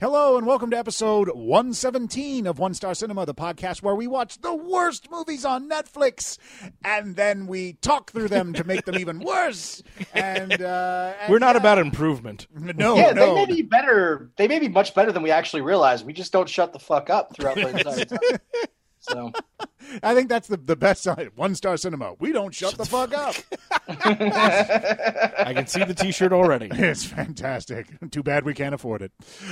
Hello and welcome to episode 117 of One Star Cinema, the podcast where we watch the worst movies on Netflix and then we talk through them to make them even worse. And, uh, and We're not yeah. about improvement. no, yeah, Oh, no. they may be better. They may be much better than we actually realize. We just don't shut the fuck up throughout the entire time. So I think that's the, the best side. One Star Cinema. We don't shut, the, fuck up. I can see the T-shirt already. It's fantastic. Too bad we can't afford it.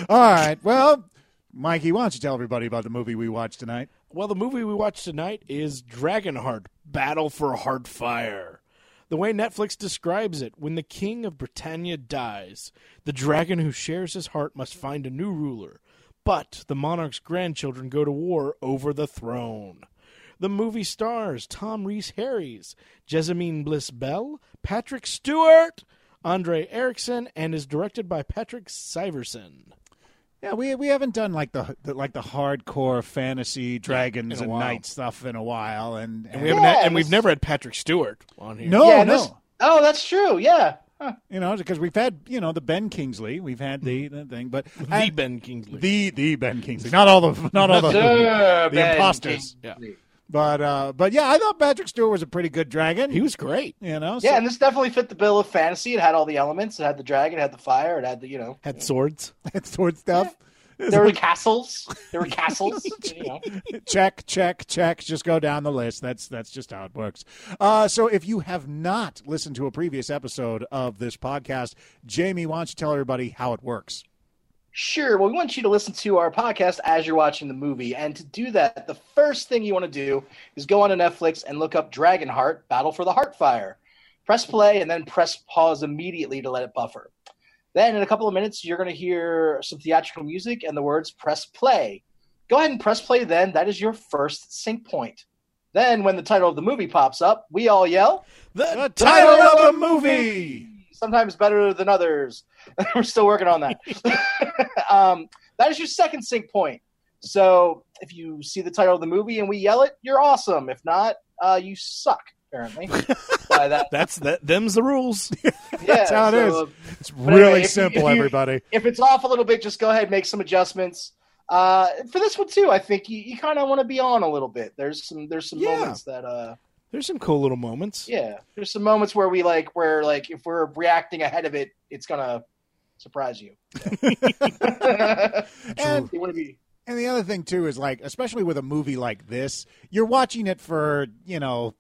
All right. Well, Mikey, why don't you tell everybody about the movie we watched tonight? Well, the movie we watched tonight is Dragonheart: Battle for Heartfire. The way Netflix describes it, when the king of Britannia dies, the dragon who shares his heart must find a new ruler. But the monarch's grandchildren go to war over the throne. The movie stars Tom Reese Harries, Jessamine Bliss Bell, Patrick Stewart, Andre Erickson, and is directed by Patrick Syverson. Yeah, we we haven't done like the, the like the hardcore fantasy dragons in a and while. knight stuff in a while, and, and We haven't Yeah, had- and this- we've never had Patrick Stewart on here. no, yeah, and no, this- oh, that's true. Yeah, Huh. you know, because we've had you know the Ben Kingsley, we've had the, the thing, but the and- Ben Kingsley. the the Ben Kingsley, not all the not all Oh, the Sir the Ben imposters, Kingsley. but uh, but yeah, I thought Patrick Stewart was a pretty good dragon. he was great. you know, so- Yeah, and this definitely fit the bill of fantasy. It had all the elements. It had the dragon. It had the fire. It had the you know. Had swords. sword stuff. There were castles. There were castles. you know. check, check, check. Just go down the list. That's that's just how it works. Uh, so if you have not listened to a previous episode of this podcast, Jamie, why don't you tell everybody how it works? Sure. Well, we want you to listen to our podcast as you're watching the movie. And to do that, the first thing you want to do is go onto Netflix and look up Dragonheart Battle for the Heartfire. Press play and then press pause immediately to let it buffer. Then, in a couple of minutes, you're going to hear some theatrical music and the words press play. Go ahead and press play then. That is your first sync point. Then, when the title of the movie pops up, we all yell, The, title of the movie. sometimes better than others. We're still working on that. um, that is your second sync point. So if you see the title of the movie and we yell it, you're awesome. If not, uh, you suck. Apparently, by that. That's that. Them's the rules. Yeah, That's how it so, uh, It's anyway, really if you- simple, if you- everybody. If it's off a little bit, just go ahead and make some adjustments. Uh, for this one too, I think you, you kind of want to be on a little bit. There's some there's some Yeah. moments that uh There's some cool little moments. yeah there's some moments where we like where like if we're reacting ahead of it, it's gonna surprise you. And- you want to be And the other thing too is like, especially with a movie like this, you're watching it for you know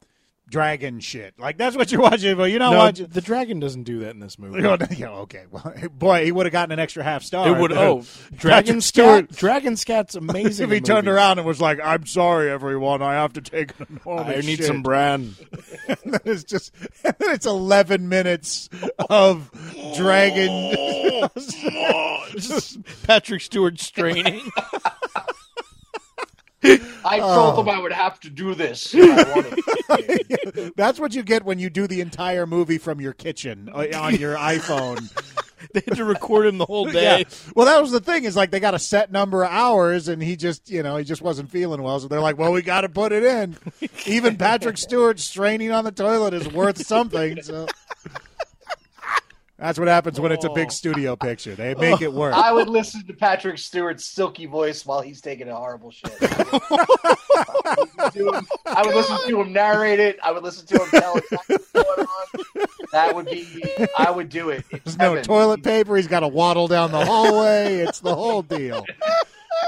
dragon shit. Like that's what you're watching for. You're not No, watching. the dragon doesn't do that in this movie. Yeah, okay. Well, boy, he would have gotten an extra half star. It would. if- Oh, Dragon Patrick Stewart. Dragon Scat's amazing. if he in turned movies. around and was like, "I'm sorry, everyone, I have to take an enormous I need shit." some bran. And then it's just and then it's 11 minutes of dragon Just Patrick Stewart straining. I Oh. told them I would have to do this. if I wanted to. that's what you get when you do the entire movie from your kitchen uh, on your iphone they had to record him the whole day. well that was the thing is like they got a set number of hours and he just you know he just wasn't feeling well so they're like well we got to put it in even patrick stewart straining on the toilet is worth something so that's what happens when it's a Oh. big studio picture they make it work I would listen to Patrick Stewart's silky voice while he's taking a horrible shit. To him- I would listen to him narrate it. I would listen to him tell exactly what's going on. That would be. I would do it. It's There's no heaven. toilet paper. He's got to waddle down the hallway. it's the whole deal.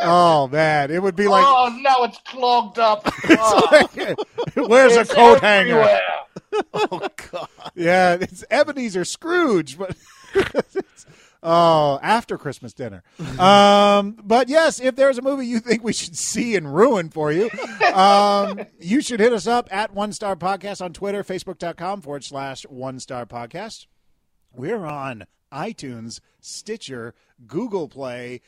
Oh man, it would be like, oh no, it's clogged up. Oh, where's a it's coat hanger? everywhere. Oh God. Yeah, it's Ebenezer Scrooge, but oh, after Christmas dinner. Um, but yes, if there's a movie you think we should see and ruin for you, um, you should hit us up at One Star Podcast on Twitter, Facebook.com forward slash One Star Podcast. We're on iTunes, Stitcher, Google Play,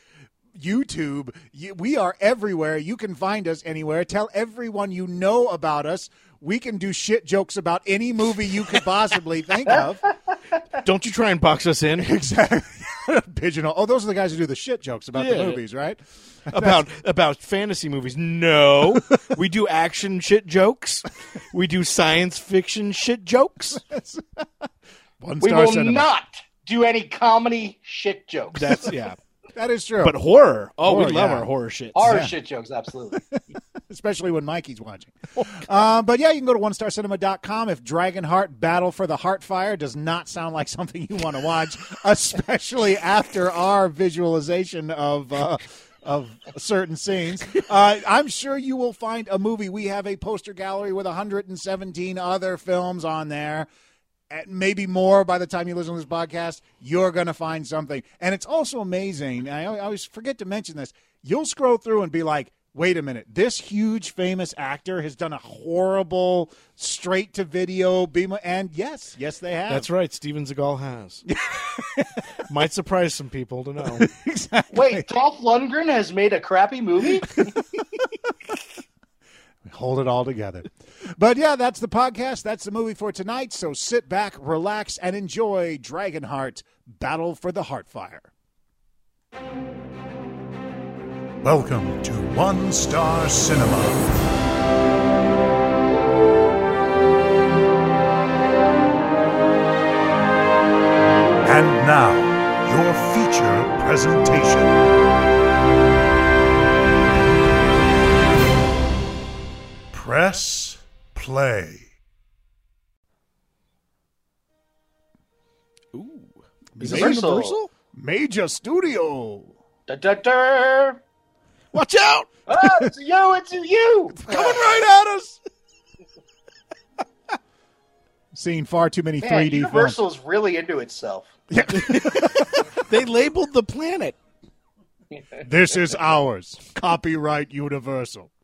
YouTube. Y- We are everywhere. You can find us anywhere. Tell everyone you know about us. We can do shit jokes about any movie you could possibly think of. Don't you try and box us in Exactly. Pigeonhole. Oh, those are the guys who do the shit jokes about the Yeah. movies, right? about about fantasy movies. No, we do action shit jokes. We do science fiction shit jokes. One We star will cinema. not do any comedy shit jokes. That's yeah. That is true. But horror. Oh, Horror, we love yeah. our horror shit. Horror Yeah. shit jokes, absolutely. especially when Mikey's watching. um, but yeah, you can go to onestarcinema.com if Dragonheart Battle for the Heartfire does not sound like something you want to watch, especially after our visualization of. Uh, of certain scenes, uh, I'm sure you will find a movie. We have a poster gallery with 117 other films on there at maybe more by the time you listen to this podcast, you're going to find something. And it's also amazing. I al- I always forget to mention this. You'll scroll through and be like, wait a minute, this huge famous actor has done a horrible straight to video beam. And yes, yes, they have. That's right. Steven Seagal has. Might surprise some people to know. Wait, Dolph Lundgren has made a crappy movie? hold it all together. But yeah, that's the podcast. That's the movie for tonight. So sit back, relax, and enjoy Dragonheart Battle for the Heartfire. Welcome to One Star Cinema. And now, your feature presentation. Press play. Ooh. Is it Universal? Major Studio. da, da, da. Watch out! Oh, it's you, it's you! Coming right at us! Seen far too many Man, 3D films. Universal's really into itself. They labeled the planet. This is ours. Copyright Universal.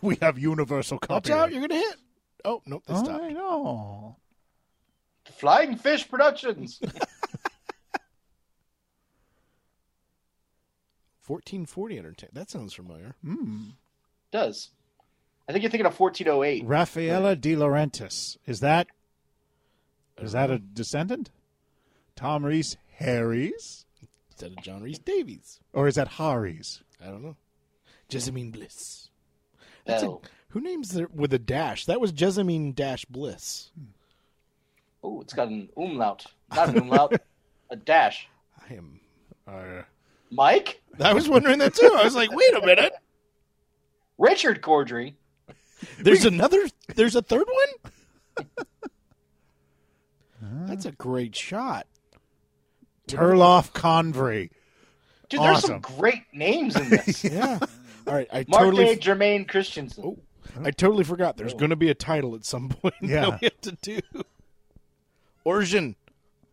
We have Universal Watch copyright. out, you're gonna hit. Oh nope, they I stopped. know. Flying Fish Productions. Fourteen forty entertainment. That sounds familiar. Hmm. does. I think you're thinking of 1408. Raffaella De Laurentiis. Is that is that a descendant? Tom Reese Harry's? Instead of John Reese Davies. Or is that Harry's? I don't know. Jessamine Bliss. That's Oh. a, who names their with a dash? That was Jessamine Dash Bliss. Oh, it's got an umlaut. Not an umlaut, a dash. I am. Uh, Mike? I was wondering that too. I was like, wait a minute. Richard Cordry. There's another. There's a third one. That's a great shot. Turloff Convery. Dude, Awesome. there's some great names in this. Yeah. All right. I Mark totally. A. Jermaine Christensen. Oh, I totally forgot. There's going to be a title at some point Yeah. that we have to do. Origin.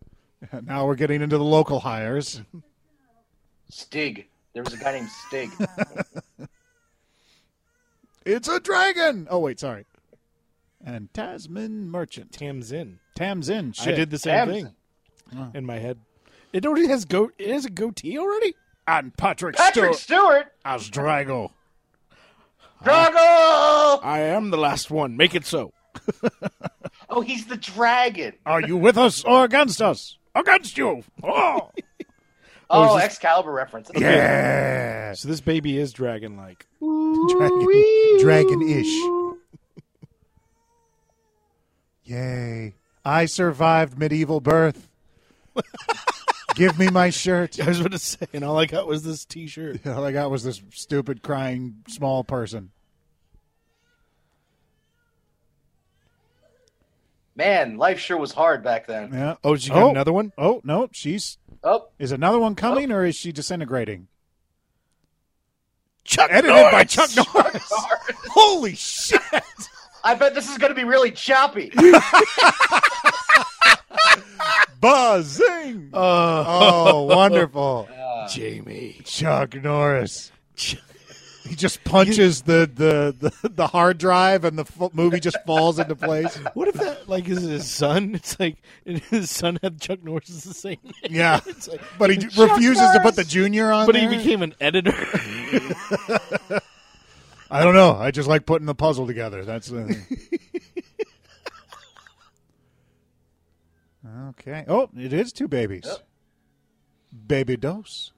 Now we're getting into the local hires. Stig. There was a guy named Stig. It's a dragon. Oh wait, sorry. And Tasman Merchant. Tamsin. Tamsin. I Shit. did the same Tamsin. thing in my head. It already has go. It has a goatee already. And Patrick, Patrick Stewart Stewart. as Drago. Drago! I am the last one. Make it so. Oh, he's the dragon. Are you with us or against us? Against you. Oh. Oh, Excalibur reference. Okay. yeah. So this baby is dragon-like. Dragon, dragon-ish. Yay. I survived medieval birth. Give me my shirt. I was about to say, and all I got was this T-shirt. All I got was this stupid crying small person. Man, life sure was hard back then. Yeah. Oh, did you got Oh. another one? Oh, no, she's Oh, is another one coming or is she disintegrating? Chuck Edited by Norris! Chuck Norris. Holy shit. I bet this is going to be really choppy. Buzzing. Uh, Oh, wonderful. Uh, Jamie. Chuck Norris. Ch- He just punches the, the, the, the hard drive and the fu- movie just falls into place. What if that like is his son? It's like and his son had Chuck Norris is the same. Name. Yeah. It's like, But he d- refuses to put the junior Oh, on but he there. became an editor. I don't know. I just like putting the puzzle together. That's uh, the thing. okay. Oh, it is two babies. Yep. Baby dose.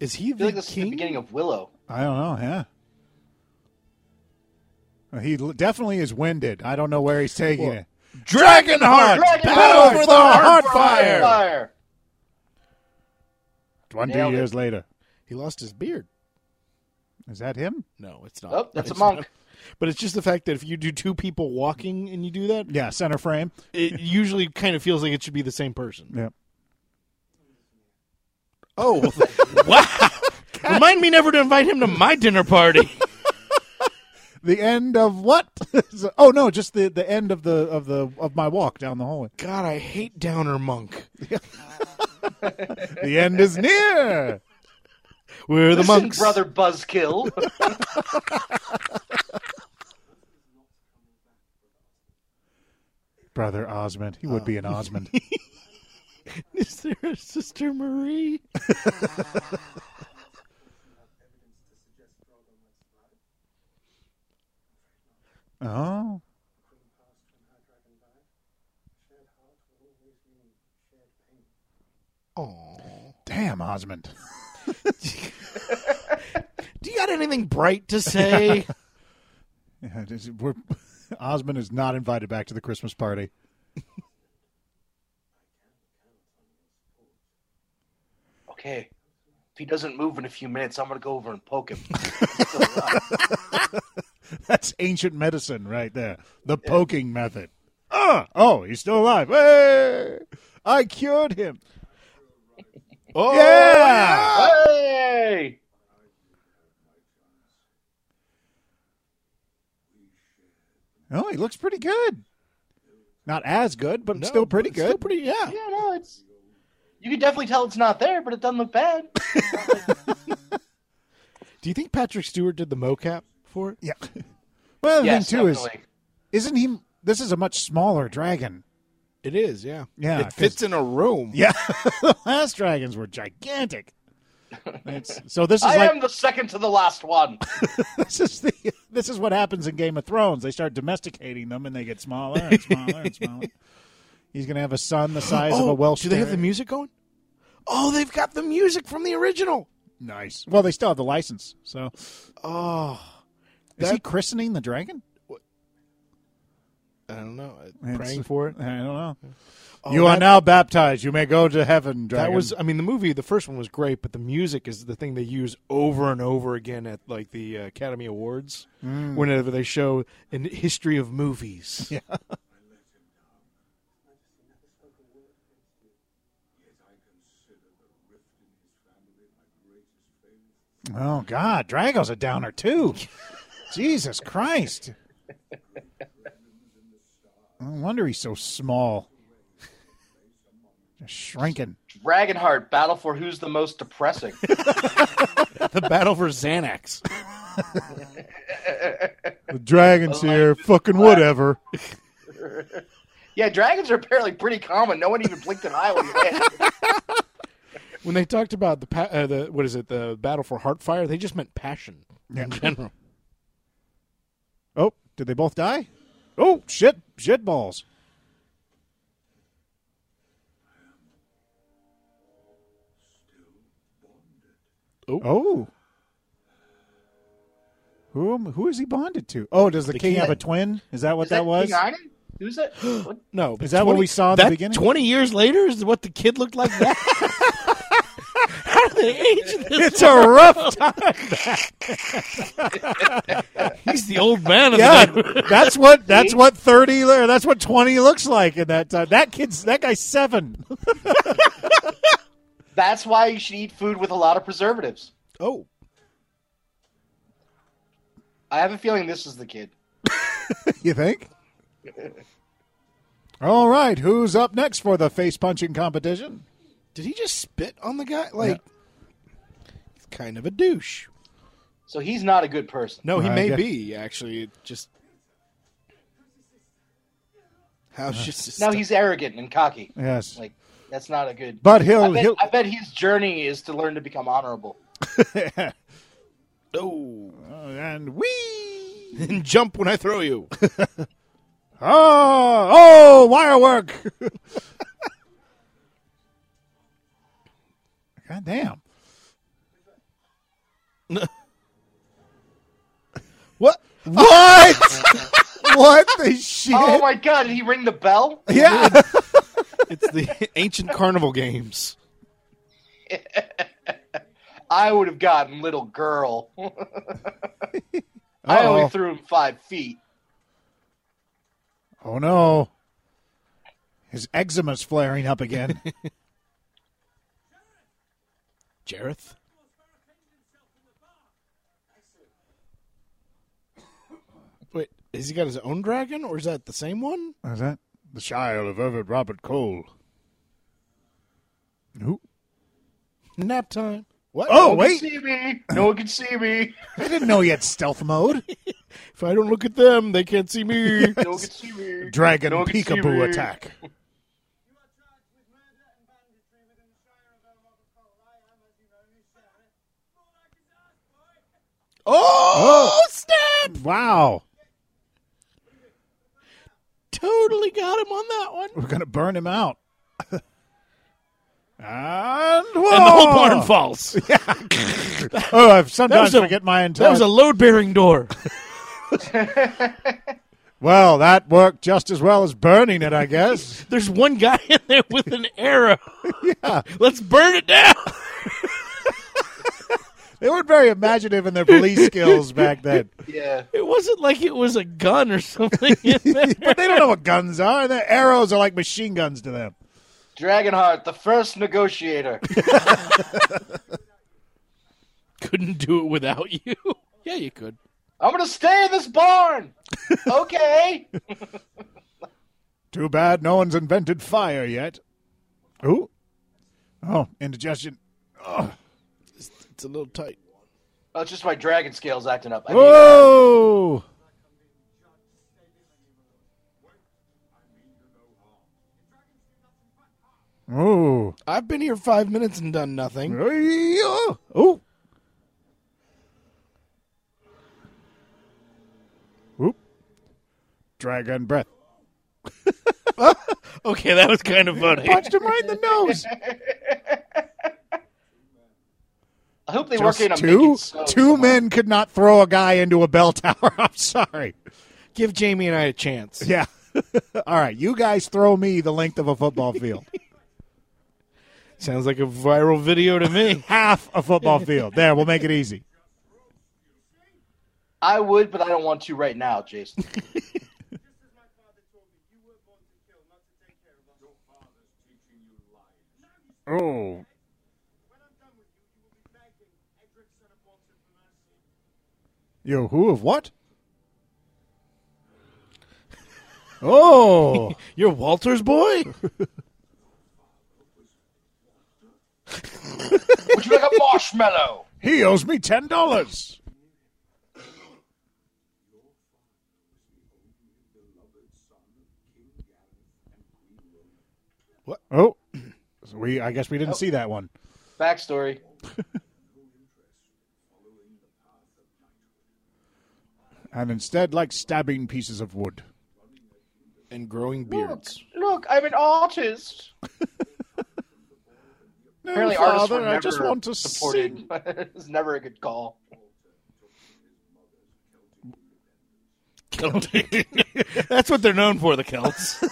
Is he I feel the like this is the king? beginning of Willow. I don't know. Yeah. Uh, Well, He l- definitely is winded. I don't know where he's taking Well, it. Dragonheart, Dragonheart, Battle for the Heart Heartfire. Fire. Fire. Twenty Nailed it. years later, He lost his beard. is that him? No, it's not. Oh, that's a It's monk. not. But it's just the fact that if you do two people walking and you do that, Yeah, center frame. it usually kind of feels like it should be the same person. Yeah. Oh, wow. Remind me never to invite him to my dinner party. The end of what? oh no, just the the end of the of the of my walk down the hallway. God, I hate Downer Monk. The end is near. We're the Listen, monks. brother Buzzkill. Brother Osmond, he would be an Osmond. Is there a Sister Marie? oh, Oh. damn Osmond. Do you got anything bright to say? Yeah, this- we're- Osmond is not invited back to the Christmas party. okay. If he doesn't move in a few minutes, I'm gonna go over and poke him. That's ancient medicine right there. The poking method. Ah, oh, he's still alive. Hey, I cured him. oh, yeah. hey! Oh, he looks pretty good. Not as good, but No, still pretty it's Still good. pretty, yeah. Yeah, no, it's. You can definitely tell it's not there, but it doesn't look bad. Do you think Patrick Stewart did the mocap for it? Yeah. Well, the yes, thing too definitely. is, isn't he? This is a much smaller dragon. It is, yeah. Yeah, It fits in a room. Yeah, the last dragons were gigantic. It's, so this is I like am the second to the last one. this is the this is what happens in Game of Thrones. They start domesticating them, and they get smaller and smaller and smaller. He's gonna have a son the size of a Welsh. Oh, Do they have the terrier. music going? Oh, they've got the music from the original. nice? Well, they still have the license. So Oh, is he That- christening the dragon? I don't know. It's- Praying for it. I don't know. Oh, you are that- now baptized. You may go to heaven. Dragon. That was. I mean, the movie, the first one was great, but the music is the thing they use over and over again at like the uh, Academy Awards Mm. whenever they show an history of movies. Yeah. oh God, Drago's a downer too. Jesus Christ! No wonder he's so small. Just shrinking. Dragonheart battle for who's the most depressing. the battle for Xanax. The dragon's here. Fucking whatever. yeah, dragons are apparently pretty common. No one even blinked an eye when you hit. When they talked about the pa- uh, the what is it? The battle for Heartfire. They just meant passion Yeah. in general. Oh, did they both die? Oh shit! Shit balls. Oh. Oh. Who am- who is he bonded to? Oh, does the, king, have a king. twin? Is that what Is that, that was? King Iron? Who's that? What? No, but Is that what we saw in the that beginning? Twenty years later is what the kid looked like. That. How do they age this? It's a rough time. He's the old man of Yeah, the day. that's what that's what thirty or that's what twenty looks like in that time. That kid's that guy's seven. That's why you should eat food with a lot of preservatives. Oh, I have a feeling this is the kid. You think? All right, who's up next for the face punching competition? did he just spit on the guy? Like, he's kind of a douche. So he's not a good person. No, he I may guess- be actually. It just how's Uh. just No, he's arrogant and cocky. Yes, Like that's not a good. but I he'll bet, he'll I bet his journey is to learn to become honorable. oh and we and jump when I throw you. oh oh wirework. God damn! what? What? what the shit? Oh my god! Did he ring the bell? yeah. It's the ancient carnival games. I would have gotten little girl. I Uh-oh. only threw him five feet. Oh no. His eczema's flaring up again. Jareth? Wait, has he got his own dragon, or is that the same one? What is that? The Shire of Ovid Robert Cole. Who? Nap time. What? Oh, No one can wait. see me. No one can see me. I didn't know he had stealth mode. If I don't look at them, they can't see me. No one can see me. Dragon No one can see peekaboo me. attack. You are charged with murder and banditry within the Shire of El Robert Cole. I am, as you know, new sheriff. More like his ass, boy. oh, snap! Wow. Totally got him on that one. We're going to burn him out. and whoa! And the whole barn falls. Oh, I've sometimes That was a- forget my That entire. was a load bearing door. well, that worked just as well as burning it, I guess. There's one guy in there with an arrow. Let's burn it down. they weren't very imaginative in their police skills back then. Yeah. It wasn't like it was a gun or something in there. But they don't know what guns are. The arrows are like machine guns to them. Dragonheart, the first negotiator. Couldn't do it without you. Yeah, you could. I'm gonna stay in this barn. Okay. Too bad no one's invented fire yet. Ooh. Oh, indigestion. It's, it's a little tight. Oh, it's just my dragon scales acting up. I mean, Whoa! Ooh. I've been here five minutes and done nothing. Ooh. Oop. Dragon breath. Okay, that was kind of funny. Punched him right in the nose. I hope they Just work in a two? make it so. two men could not throw a guy into a bell tower. I'm sorry. Give Jamie and I a chance. Yeah. All right, you guys throw me the length of a football field. Sounds like a viral video to me. Half a football field. There, we'll make it easy. I would, but I don't want to right now, Jason. Just as my father told me, you were born to kill, not to take care of us. Your father's teaching you lies. Now you see, Oh. when I'm done with you, you will be begging Edric, son of Walter, for mercy. Yo, who of what? Oh. You're Walter's boy? Would you like a marshmallow? he owes me $10. What? Oh. So we I guess we didn't see that one. Backstory. And instead like stabbing pieces of wood. And growing beards. Look, I'm an artist. No, Apparently, artists were Father, never I just want to supported. sing. it was never a good call. Celtic. That's what they're known for, the Celts.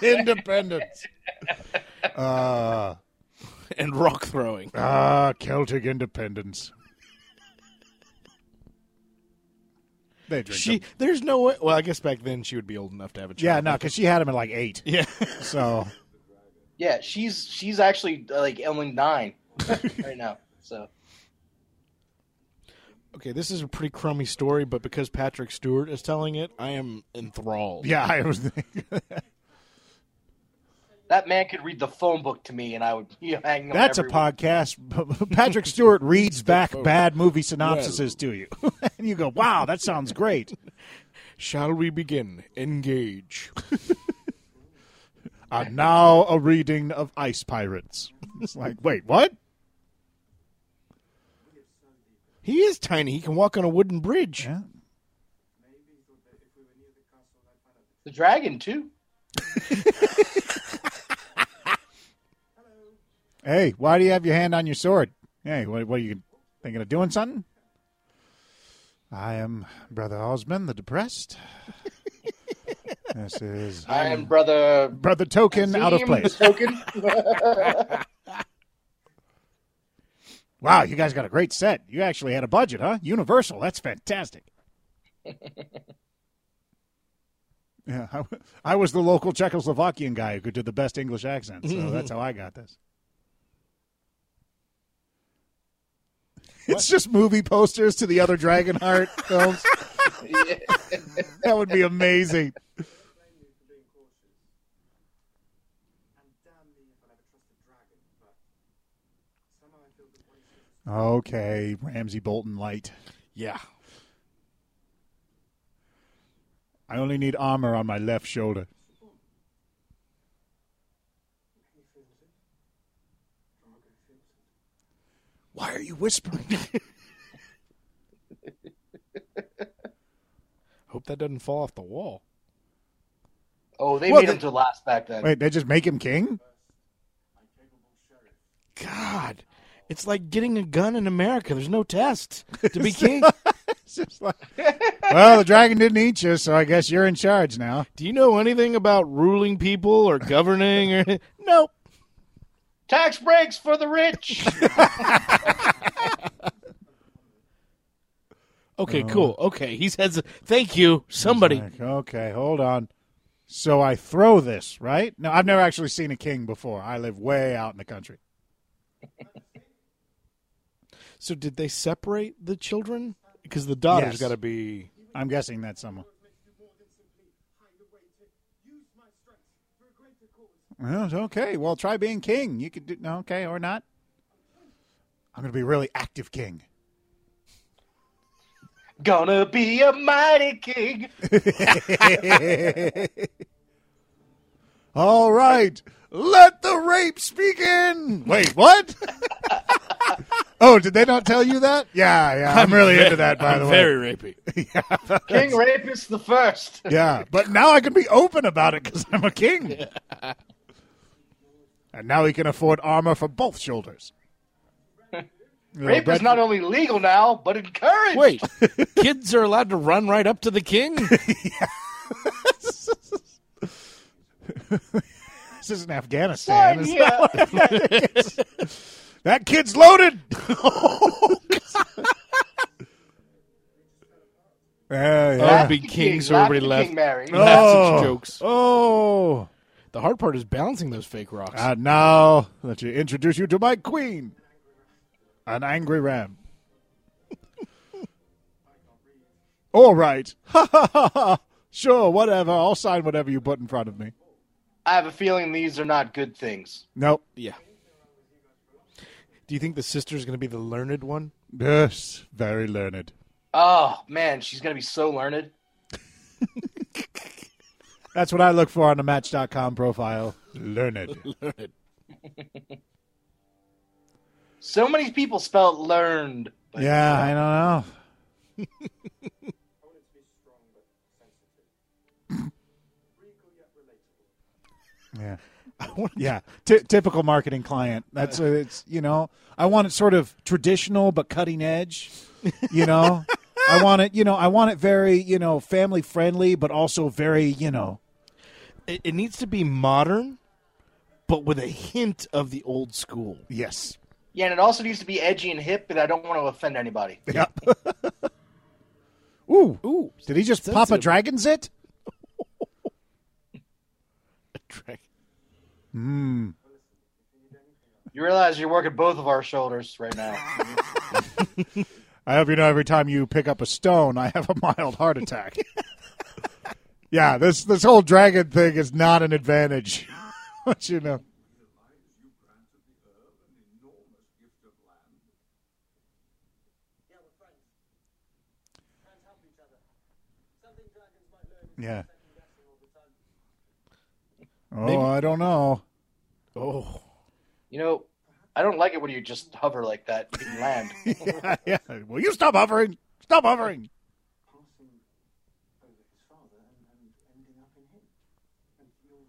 Independence. Ah, and rock throwing. ah, Celtic independence. They drink. She them. there's no way well, I guess back then she would be old enough to have a yeah, child. no, because she had him at like eight. Yeah. So Yeah, she's she's actually uh, like only nine right now. So Okay, this is a pretty crummy story, but because Patrick Stewart is telling it, I am enthralled. yeah, I was. that man could read the phone book to me, and I would you know, hang. on That's a every- podcast. Patrick Stewart reads back phone. bad movie synopsises to you, and you go, "Wow, that sounds great." Shall we begin? Engage. And now a reading of Ice Pirates. It's like, wait, what? He is tiny. He can walk on a wooden bridge. Yeah. The dragon too. Hey, why do you have your hand on your sword? Hey, what, what are you thinking of doing something? I am Brother Osmond the Depressed. Yes, it is. I am brother. Brother Token out of Zim, place. the Token. Wow, you guys got a great set. You actually had a budget, huh? Universal, that's fantastic. yeah, I, w- I was the local Czechoslovakian guy who could do the best English accent, so that's how I got this. It's just movie posters to the other Dragonheart films. That would be amazing. blame you for being cautious. And damn me if I'll ever trust a dragon, but somehow I feel that one is just Okay, Ramsey Bolton light. Yeah. I only need armor on my left shoulder. Why are you whispering? Hope that doesn't fall off the wall. oh, they Well, made the- him to last back then. Wait, they just make him king? God. It's like getting a gun in America. There's no test to be king. It's just like, well, the dragon didn't eat you, so I guess you're in charge now. Do you know anything about ruling people or governing or nope? Tax breaks for the rich. Okay, cool. Okay, he says thank you, somebody. Like, okay, hold on. So I throw this, right? No, I've never actually seen a king before. I live way out in the country. So did they separate the children? Because the daughter's Yes. got to be. I'm guessing that's someone. makes you more than simply hide away to use my strength for a greater cause. Well, okay, well, try being king. You could do, no, okay, or not. I'm going to be a really active king. Gonna be a mighty king. All right, let the rape speak in. Wait, what? oh, did they not tell you that? Yeah, yeah. I'm, really into that, by I'm the way. very rapey. King Rapist the First. Yeah, but now I can be open about it because I'm a king. and now he can afford armor for both shoulders. Rape is not only legal now, but encouraged. Wait, kids are allowed to run right up to the king? This isn't Son, Afghanistan. It's yeah. That kid's loaded. Oh, Yeah, yeah. That'd be kings King, not already the left. King Mary. Oh. That's such jokes. Oh, The hard part is balancing those fake rocks. and now let you introduce you to my queen, an angry ram. All right, ha ha ha ha. Sure, whatever. I'll sign whatever you put in front of me. I have a feeling these are not good things. Nope. yeah. Do you think the sister's going to be the learned one? Yes, very learned. Oh man, she's gonna be so learned. That's what I look for on a Match.com profile. Learned. Learned. So many people spell learned. But Yeah, I don't know. Yeah, yeah. Ty typical marketing client. That's what it's. You know, I want it sort of traditional but cutting edge. You know, I want it. You know, I want it very you know family friendly, but also very you know. It, it needs to be modern, but with a hint of the old school. Yes. Yeah, and it also needs to be edgy and hip, and I don't want to offend anybody. Yep. Ooh. Ooh, Did he just pop a Sensitive. dragon's it? Drag- You realize you're working both of our shoulders right now. I hope you know every time you pick up a stone, I have a mild heart attack. yeah, this this whole dragon thing is not an advantage. but you know. Yeah, we're friends. Friends help each other. Something dragons might learn is Yeah. second guessing all the time. Oh, I don't know. Oh, you know, I don't like it when you just hover like that and land. yeah, yeah. Will you stop hovering? Stop hovering. Crossing over his father and, and ending up in him. And your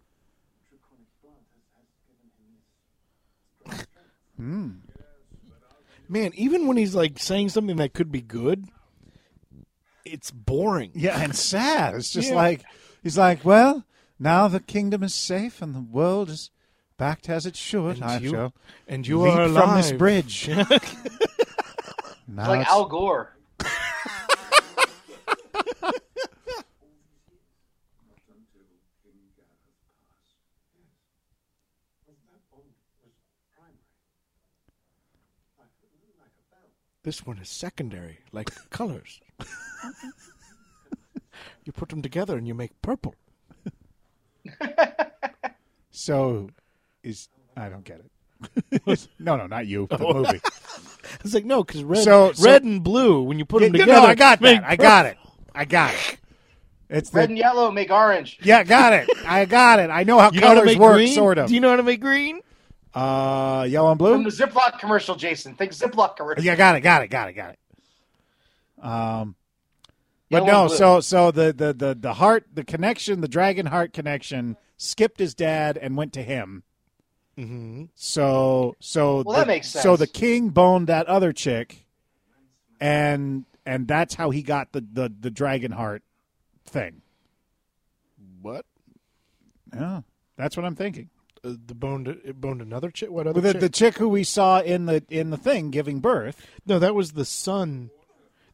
draconic blood has, has given him this man! Even when he's like saying something that could be good, it's boring. Yeah, and sad. It's just Yeah. like He's like, well, now the kingdom is safe and the world is back as it should. And I you shall And you leap are alive. from this bridge. now It's like it's- Al Gore. This one is secondary, like colors. you put them together and you make purple. so is I don't get it. no, no, not you. The movie. It's like no, because red, So- so- red and blue when you put them Yeah, together. no, I got make that. I got it. I got it. It's the Red and yellow make orange. yeah, got it. I got it. I know how You know how to colors make work, green? sort of. Do you know how to make green? uh, yellow and From blue. the Ziploc commercial, Jason. Think Ziploc commercial. Yeah, got it, got it, got it, got it. Um, but Yellow no, and blue. so so the, the the the heart, the connection, the dragon heart connection skipped his dad and went to him. Mm-hmm. So so Well, the, that makes sense. So the king boned that other chick, and and that's how he got the the the dragon heart thing. What? Yeah, that's what I'm thinking. Uh, the boned it boned another chick. What other? Well, the, chick? the chick who we saw in the in the thing giving birth. no, that was the son.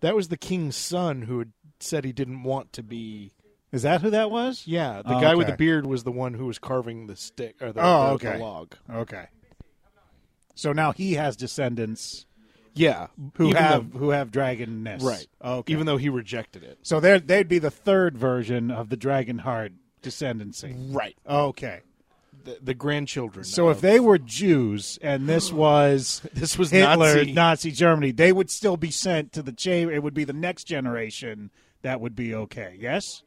That was the king's son who had said he didn't want to be. Is that who that was? Yeah, the Oh, guy with okay. the beard was the one who was carving the stick or the, Oh, the- the okay. log. Okay. So now he has descendants Yeah, who even have though- who have dragonness. right. Okay. Even though he rejected it. so they they'd be the third version of the dragon heart descendancy. Right. Okay. The, the grandchildren. So if of- they were Jews and this was this was Hitler, Nazi. Germany, they would still be sent to the chamber. It would be the next generation that would be okay. Yes,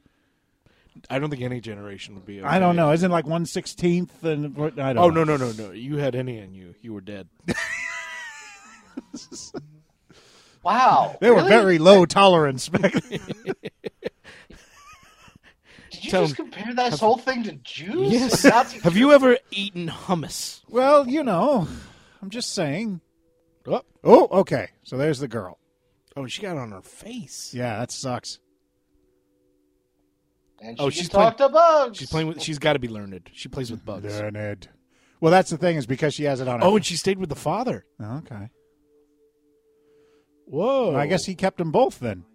I don't think any generation would be. Okay. I don't know. Isn't it like one sixteenth? And I don't. Oh know. no no no no! You had any in you, you were dead. Wow. They were Really? very low tolerance back then. Did you Tell just compare this whole thing to Jews? Yes. Like, Nazi- have you ever eaten hummus? well, you know, I'm just saying. Oh, Oh, okay. So there's the girl. oh, she got it on her face. Yeah, that sucks. And she Oh, she's she's talked to bugs. She's playing with. She's got to be learned. She plays with bugs. Learned. Well, that's the thing is because she has it on her. Oh, and she stayed with the father. okay. Whoa! Oh. Well, I guess he kept them both then.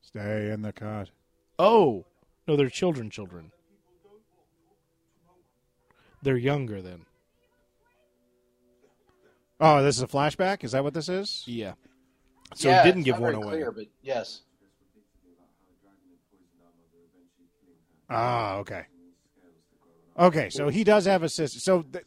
Stay in the cot. Oh no, they're children. Children. They're younger then. Oh, this is a flashback. Is that what this is? Yeah. So Yeah, he didn't it's give not one very away. Clear, but yes. Ah, okay. Okay, so he does have a sister. So, th-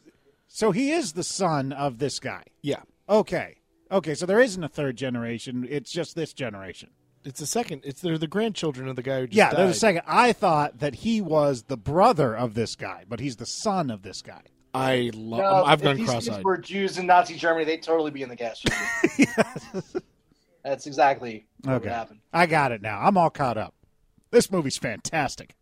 so he is the son of this guy. Yeah. Okay, okay. So there isn't a third generation. It's just this generation. It's the second. It's they're the grandchildren of the guy who just yeah, died. there's a second. I thought that he was the brother of this guy, but he's the son of this guy. I love. No, I've if gone these cross-eyed. kids were Jews in Nazi Germany, they'd totally be in the gas chamber. That's exactly what Okay. would happen. I got it now. I'm all caught up. This movie's fantastic.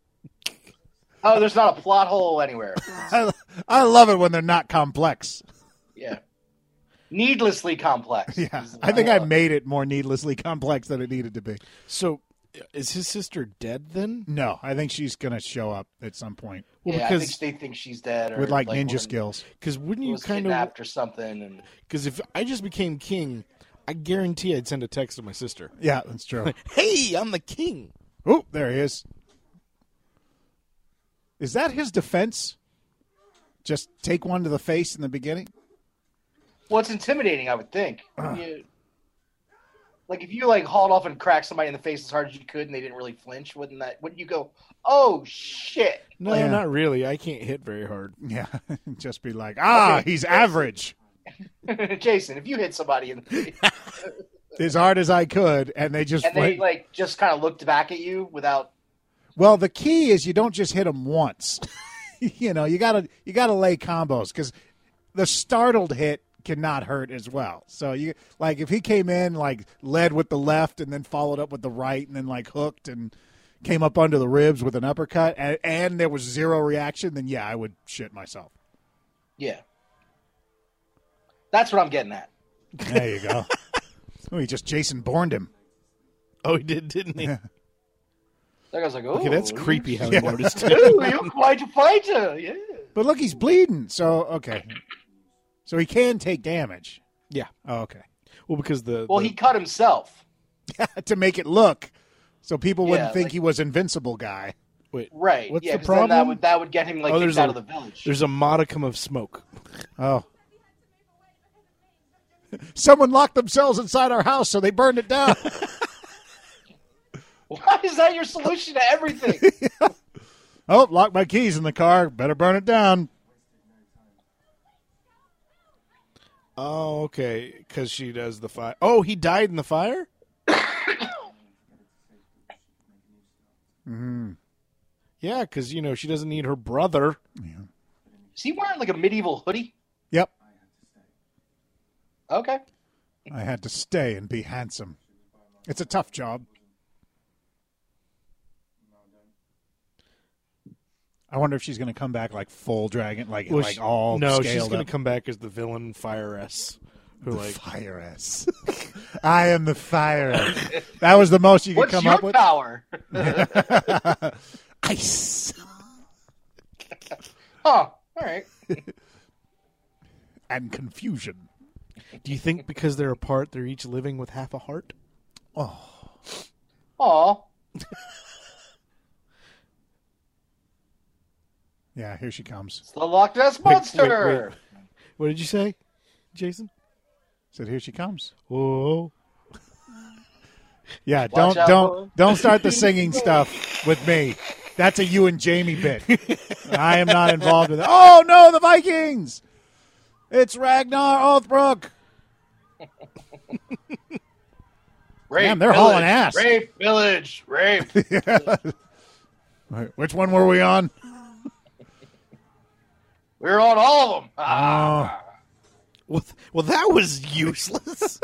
Oh, there's not a plot hole anywhere. I, I love it when they're not complex. Yeah. Needlessly complex. Yeah, Is- I think I love it. made it more needlessly complex than it needed to be. So, is his sister dead then? No, I think she's gonna show up at some point Well, yeah, I because think they think she's dead, or with like, ninja one skills. because wouldn't you Was kind of kidnapped or something, and because if I just became king, I guarantee I'd send a text to my sister. Yeah, that's true. Hey, I'm the king. oh, there he is. Is that his defense? Just take one to the face in the beginning. well, it's intimidating. I would think. Uh. You- like if you like hauled off and cracked somebody in the face as hard as you could, and they didn't really flinch, wouldn't that? Wouldn't you go, "Oh shit"? No, Yeah. not really. I can't hit very hard. Yeah, just be like, ah, he's average. Jason, if you hit somebody in the face as hard as I could, and they just and they went- like just kind of looked back at you without, well. The key is you don't just hit them once. you know, you gotta you gotta lay combos because the startled hit cannot hurt as well. So you like if he came in like led with the left and then followed up with the right and then like hooked and came up under the ribs with an uppercut and, and there was zero reaction, then yeah, I would shit myself. yeah. That's what I'm getting at. There you go. Oh, he just Jason Bourned him. Oh, he did, didn't he? That guy's like, oh, Okay, that's creepy how he noticed it. Ooh, you're quite a fighter. Yeah. But look, he's bleeding. So okay, so he can take damage. Yeah. Oh, okay, Well, because the Well, the- he cut himself. to make it look so people wouldn't Yeah, think like- he was invincible guy. wait, Right. What's yeah, the 'cause then that problem? would that would get him like Oh, kicked there's out a- of the village. there's a modicum of smoke. Oh. Someone locked themselves inside our house, so they burned it down. Why is that your solution to everything? oh, locked my keys in the car. Better burn it down. Oh, okay. Because she does the fire. Oh, he died in the fire. Mm-hmm. Yeah, because you know she doesn't need her brother. Is he wearing like a medieval hoodie? Yep. Okay. I had to stay and be handsome. It's a tough job. I wonder if she's going to come back like full dragon, like Well, like she- all no, she's scaled gonna up. come back as the villain fire s. Who like fire ass. I am the fire ass. That was the most you could What's come your up with. power? Ice. Huh. All right. and confusion. Do you think because they're apart, they're each living with half a heart? Aw. Yeah, here she comes. It's the Loch Ness wait, Monster. wait. What did you say, Jason? Said here she comes. Whoa. Yeah, Watch don't out, don't boy. don't start the singing stuff with me. That's a you and Jamie bit. I am not involved with it. Oh no, the Vikings! It's Ragnar Oathbrook. Rape Damn, they're hauling ass. Rape village. Rape. Wait, Which one were we on? We're on all of them. Ah. Oh. Well, th- well, that was useless.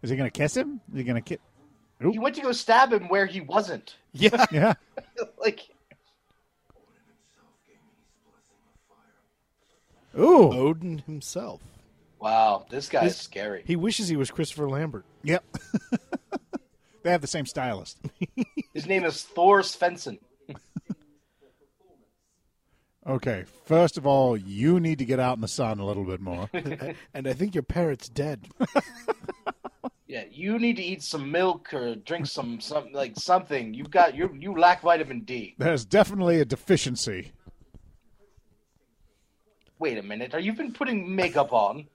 Is he gonna kiss him? Is he gonna kiss? He went to go stab him where he wasn't. yeah. Yeah. like, Ooh. Odin himself. wow, this guy's This- scary. He wishes he was Christopher Lambert. Yep. they have the same stylist. His name is Thor Svensson. Okay. First of all, you need to get out in the sun a little bit more. and I think your parrot's dead. Yeah, you need to eat some milk or drink some some like something. You've got you you lack vitamin D. There's definitely a deficiency. Wait a minute, are you been putting makeup on?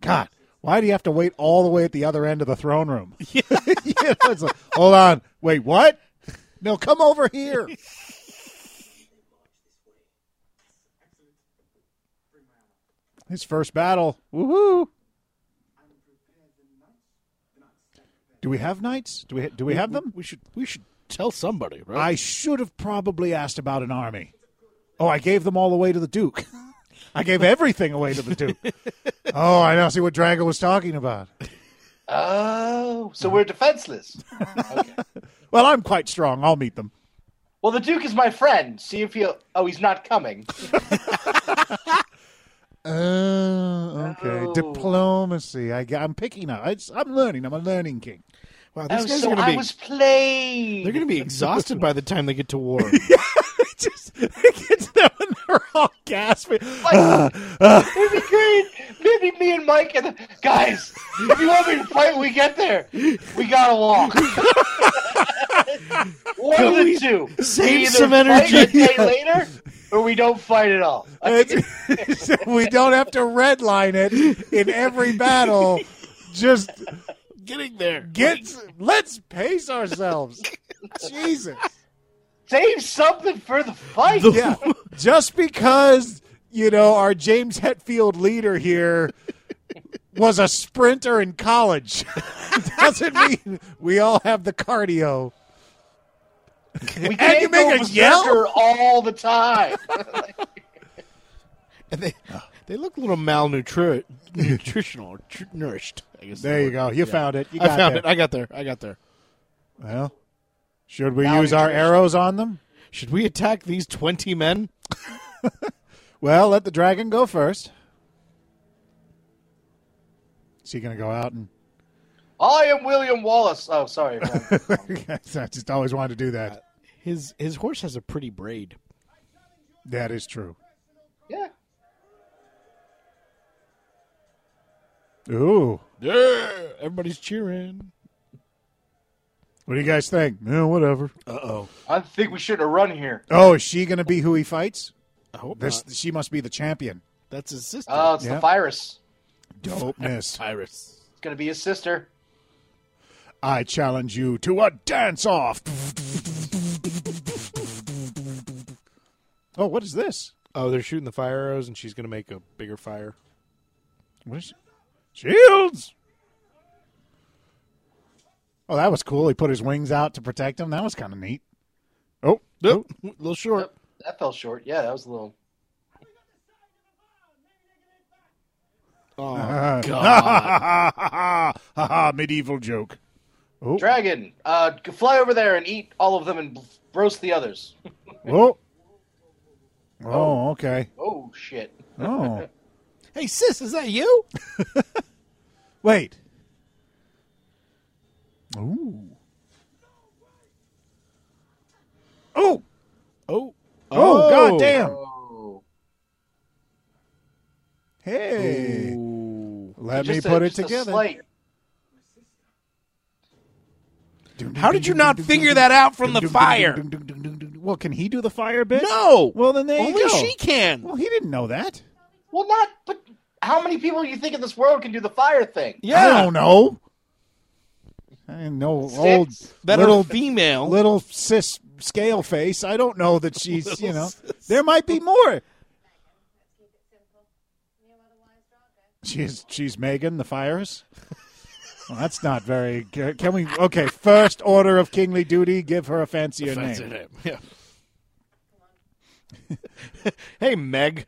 God, why do you have to wait all the way at the other end of the throne room? Yeah. it's like, Hold on. Wait, what? No, come over here. His first battle. Woohoo. Do we have knights? Do we do we have them? We should we should tell somebody, right? I should have probably asked about an army. Oh, I gave them all away to the Duke. I gave everything away to the Duke. oh, I now see what Drago was talking about. Oh, so we're defenseless. Okay. Well, I'm quite strong. I'll meet them. Well, the Duke is my friend. See if he. Oh, he's not coming. Oh, okay. Oh. Diplomacy. I, am picking up. I, am learning. I'm a learning king. wow, Oh, these guys so are I gonna be was playing. they're gonna be exhausted by the time they get to war. Just it gets them and they're all gasping. Like, it'd be great. Maybe me and Mike and the, guys. If you want me to fight, when we get there. We gotta walk. One of the two. save we either some fight A energy? day later, or we don't fight at all. Uh, I think It's- so we don't have to redline it in every battle. Just Getting there. get. Let's pace ourselves. Jesus. save something for the fight. yeah. Just because, you know, our James Hetfield leader here was a sprinter in college doesn't mean we all have the cardio. we and can't you make go us yell. berserker all the time. And they, they look a little malnutritional, nutritional, tr- nourished. I guess There you the word. go. You Yeah. found it. You I got found there. it. I got there. I got there. Well, should we Now use our nutrition. arrows on them? Should we attack these twenty men? Well, let the dragon go first. Is he going to go out and I am William Wallace. Oh, sorry. wrong. I just always wanted to do that. His his horse has a pretty braid. That is true. yeah. Ooh. Yeah, everybody's cheering. What do you guys think? Yeah, whatever. Uh oh. I think we should have run here. Oh, is she going to be who he fights? I hope This not. she must be the champion. That's his sister. Oh, it's Yeah. the virus. Dope miss. Pirates. It's going to be his sister. I challenge you to a dance off. Oh, what is this? Oh, they're shooting the fire arrows, and she's going to make a bigger fire. What is Shields! Oh, that was cool. He put his wings out to protect him. That was kind of neat. Oh, Nope, a little short. That fell short. Yeah, that was a little. Oh, Uh, ha, ha, ha, ha, ha, medieval joke. Dragon, uh, g- fly over there and eat all of them and b- roast the others. Oh. Oh, okay. Oh, shit. Oh. hey sis, is that you? Wait. Ooh. Oh. Oh, Oh, god damn. Oh. Hey. Ooh. Let me Just a- put it just a together. slight- How did you not figure that out from the fire? Well, can he do the fire bit? No. Well, then there Only you go. she can. Well, he didn't know that. Well, not, but how many people you think in this world can do the fire thing? I Yeah, don't know. I didn't know old Six? that little are female. little cis scale face. I don't know that she's you know. There might be more. Let's keep it simple. New otherwise Drago. She's she's Megan the fires. Well, that's not very. good. Can we? Okay, first order of kingly duty. Give her a fancier That's name, it. Yeah. hey Meg,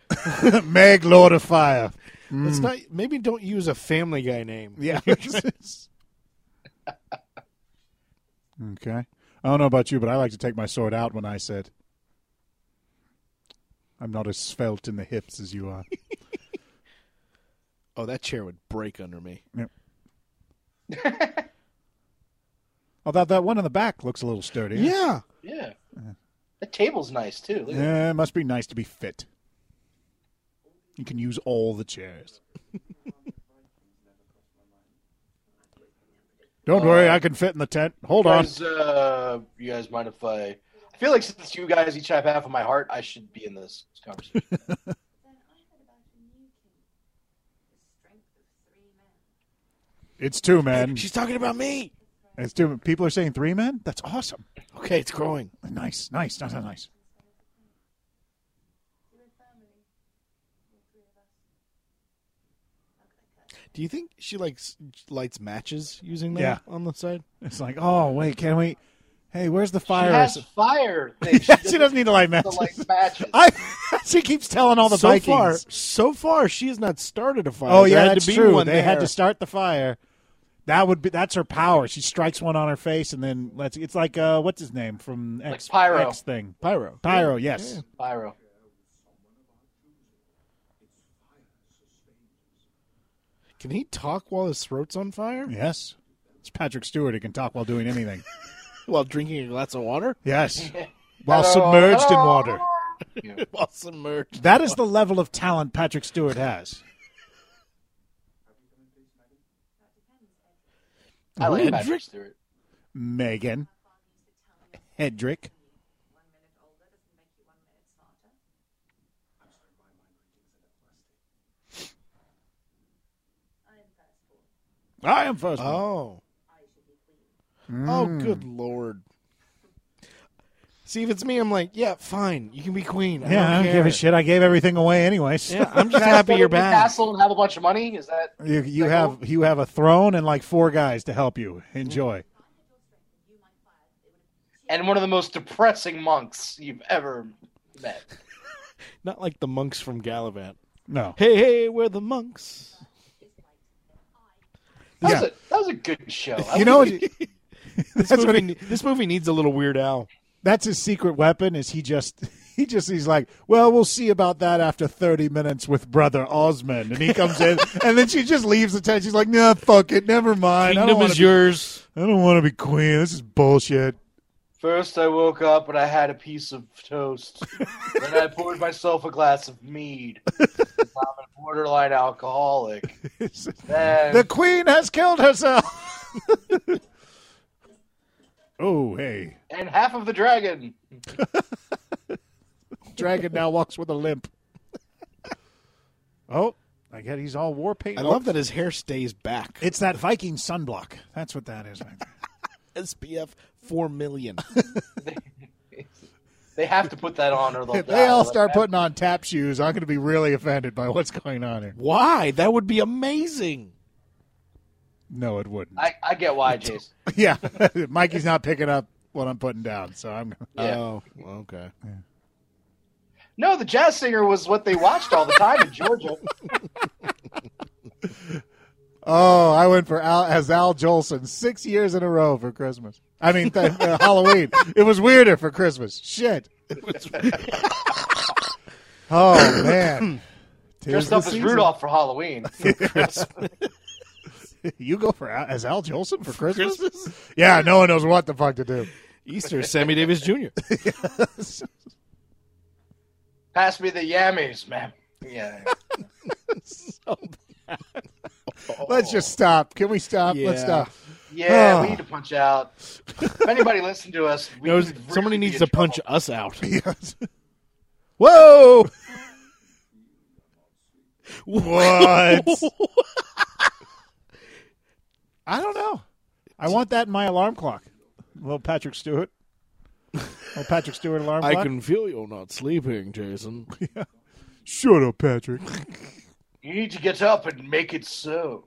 Meg Lord of Fire. let's Mm. not. Maybe don't use a Family Guy name. Yeah. okay. I don't know about you, but I like to take my sword out when I said, "I'm not as svelte in the hips as you are." Oh, that chair would break under me. Although that one in the back looks a little sturdy. Yeah. Yeah. The table's nice, too. Look at that. Yeah, it must be nice to be fit. You can use all the chairs. Don't worry, I can fit in the tent. Hold on. Guys, uh, you guys mind if I. I feel like since you guys each have half of my heart, I should be in this conversation. Then I heard about a new king. The strength of three men. It's two men. She's talking about me. It's two. People are saying three men. That's awesome. Okay, it's growing. Nice, nice, nice, nice, nice. You're a family. All three of us. How could I curse? Do you think she likes lights matches using them Yeah. on the side? It's like, oh wait, can we? Hey, where's the she fire? has fire things. Yeah, she doesn't need to light the, matches. like, matches. I. she keeps telling all the so Vikings. far, so far, she has not started a fire. oh There yeah, had that's to be true. One They had there. to start the fire. That would be that's her power. She strikes one on her face and then lets. It's like uh, what's his name from X Pyro. X thing. pyro. Pyro, yes. Pyro. Can he talk while his throat's on fire? Yes. It's Patrick Stewart. He can talk while doing anything. While drinking a glass of water? yes. While Hello. submerged in water. While submerged. That is the level of talent Patrick Stewart has. I like Hendrick? Patrick Stewart. Megan. Hedrick. One minute older doesn't make you one minute smarter. I am first born. I am first. one. Oh. I should be queen. Oh, Hmm. good lord. See, if it's me, I'm like, yeah, fine. You can be queen. I yeah, I don't don't care. give a shit. I gave everything away anyways. Yeah, I'm just Can I happy stay you're in the back. Castle and have a bunch of money. Is that You, you Like, have you have a throne and like four guys to help you. Enjoy. If I had your strength and you my fire, it would have and one of the most depressing monks you've ever met. Not like the monks from Gallivant. No. Hey, hey, we're the monks. That, Yeah. was, a, that was a good show. I You know like what? that's what this, movie, he, this movie needs a little Weird Al. that's his secret weapon is he just he just he's like, well, we'll see about that after thirty minutes with Brother Osmond, and he comes in, and then she just leaves the tent. She's like, nah, fuck it, never mind. I don't Kingdom wanna is be- yours. I don't want to be queen. This is bullshit. First, I woke up and I had a piece of toast. then I poured myself a glass of mead. 'Cause I'm a borderline alcoholic. Then The queen has killed herself. oh, hey. and half of the dragon. Dragon now walks with a limp. oh, I get he's all war paint. I love that his hair stays back. It's that Viking sunblock. That's what that is. right there. SPF four million. They have to put that on or they'll if die. they all Like, start that- putting on tap shoes, I'm going to be really offended by what's going on here. Why? That would be amazing. No, it wouldn't. I, I get why, Jason. yeah, Mikey's not picking up what I'm putting down, so I'm. Yeah. Oh, okay. No, the jazz singer was what they watched all the time in Georgia. Oh, I went for Al as Al Jolson six years in a row for Christmas. I mean th- uh, Halloween. It was weirder for Christmas. Shit. oh man. Tis Dressed up the as season. Rudolph for Halloween. You go for Al- as Al Jolson for Christmas? Yeah, no one knows what the fuck to do. Easter, Sammy Davis Jr. Pass me the yammies, man. Yeah. Let's just stop. Can we stop? Let's Yeah. stop. Oh. Yeah, Oh. we need to punch out. If anybody listened to us, we Knows- would really somebody be needs in to punch trouble. us out. Yes. Whoa! What? I don't know. I want that in my alarm clock. Little Patrick Stewart. Little Patrick Stewart alarm I clock. can feel you're not sleeping, Jason. Shut up, Patrick. You need to get up and make it so.